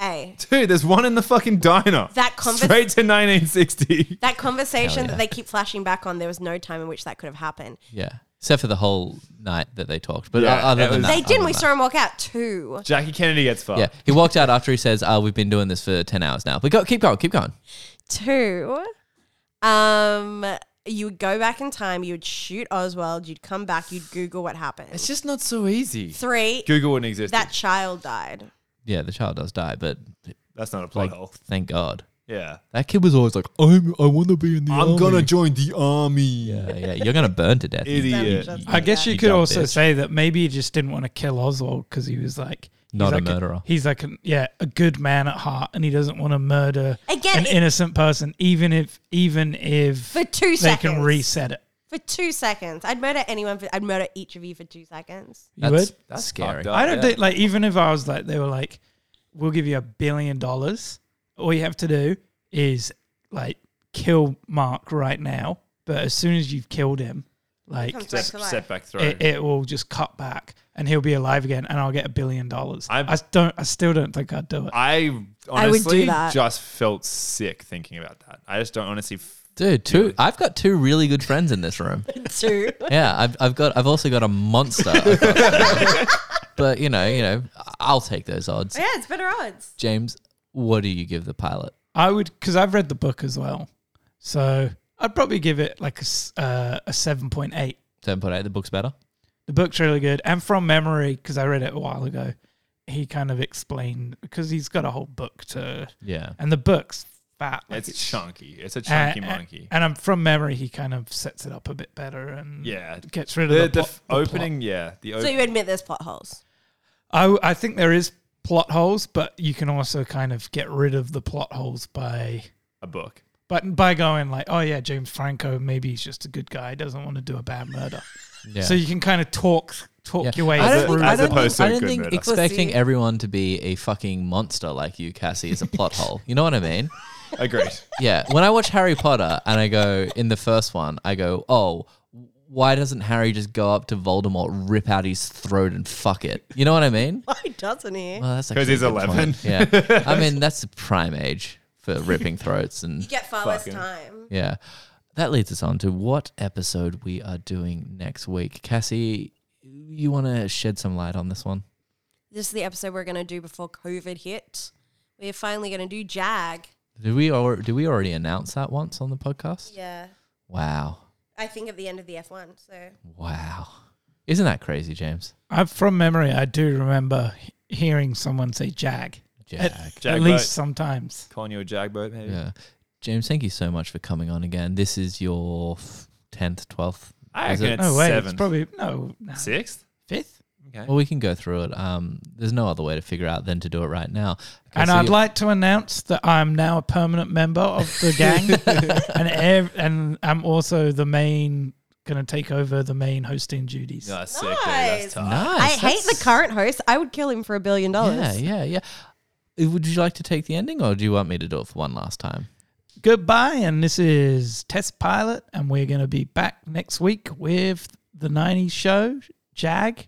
a Dude, there's one in the fucking diner. That convers- Straight to 1960. that conversation yeah. that they keep flashing back on. There was no time in which that could have happened. Yeah. Except for the whole night that they talked. But Yeah, o- other it than was- that. They did. other We than saw him walk out too. Jackie Kennedy gets fucked. that. Yeah. He walked out after he says, Oh, we've been doing this for 10 hours now. But go, keep going. Keep going. Two. Um, you would go back in time. You would shoot Oswald. You'd come back. You'd Google what happened. It's just not so easy. Three. Google wouldn't exist. That child died. Yeah. The child does die, but That's not a plot like, hole. thank God. Yeah. That kid was always like, I'm, I want to be in the army. join the army. Yeah. Yeah, yeah, you're going to burn to death. you Idiot. That- Yeah. that's- I guess yeah. you You could dumb also bitch. say that maybe he just didn't want to kill Oswald because he was like he's Not a like murderer. he's like an, yeah a good man at heart, and he doesn't want to murder Again, an it- innocent person, even if even if For two they seconds. can reset it. For two seconds, I'd murder anyone. For, I'd murder each of you for two seconds. You That's, would? that's scary. fucked up. I don't Yeah. think like even if I was like they were like, we'll give you a billion dollars all you have to do is like kill Mark right now. But as soon as you've killed him, like Comes back Set, to life. setback throw. it, it will just cut back and he'll be alive again and I'll get a billion dollars. I I've- s- don't I still don't think I'd do it. I I would do honestly that. just felt sick thinking about that. I just don't honestly. F- Dude, two. I've got two really good friends in this room. Two. Yeah, I've, I've got. I've also got a monster. across- but you know, you know, I'll take those odds. yeah, it's better odds. James, what do you give the pilot? I would because I've read the book as well. So I'd probably give it like a, s- uh, a 7.8. Seven point eight. The book's better. The book's really good. And from memory, because I read it a while ago, he kind of explained because he's got a whole book to, Yeah. and the book's fat. like it's chunky. It's a chunky uh, monkey. And I'm from memory, he kind of sets it up a bit better and yeah. gets rid The, of the, the, plot- f- the plot. opening, yeah. The So opening. you admit there's plot holes. I, w- I think there is plot holes, but you can also kind of get rid of the plot holes by a book. but by going like, oh yeah, James Franco, maybe he's just a good guy, doesn't want to do a bad murder. Yeah. So you can kind of talk talk Yeah. your way. I don't through think, it. I as don't think, opposed to I a don't good think murder. expecting Pussy. everyone to be a fucking monster like you, Cassie, is a plot hole. You know what I mean? Agreed. Yeah. When I watch Harry Potter and I go in the first one, I go, oh, why doesn't Harry just go up to Voldemort, rip out his throat, and fuck it? You know what I mean? Why doesn't he? Well, that's 'Cause actually he's a good 11. point. Yeah. I mean, that's the prime age for ripping throats and You get far Fucking- less time. yeah. That leads us on to what episode we are doing next week. Cassie, you want to shed some light on this one? This is the episode we're going to do before COVID hit. We're finally going to do JAG. Did we or did we already announce that once on the podcast? Yeah. Wow. I think at the end of the F1. So Wow. Isn't that crazy, James? I, from memory, I do remember he- hearing someone say jag. Jag. Jag at vote. least sometimes. Calling you a jagboat, maybe. Yeah. James, thank you so much for coming on again. This is your 10th, 12th. I Is reckon it- it's No Oh, wait, seventh. it's probably no, no sixth. fifth. Okay. Well, we can go through it. Um, there's no other way to figure out than to do it right now. Okay, and so I'd you- like to announce that I'm now a permanent member of the gang, and ev- and I'm also the main going to take over the main hosting duties. No, that's sick. Dude. That's Nice. tough. Nice. I hate the that's- current host. I would kill him for a billion Yeah, dollars. yeah, yeah. Uh, Would you like to take the ending or do you want me to do it for one last time? Goodbye, and this is Test Pilot, and we're going to be back next week with the '90s show Jag.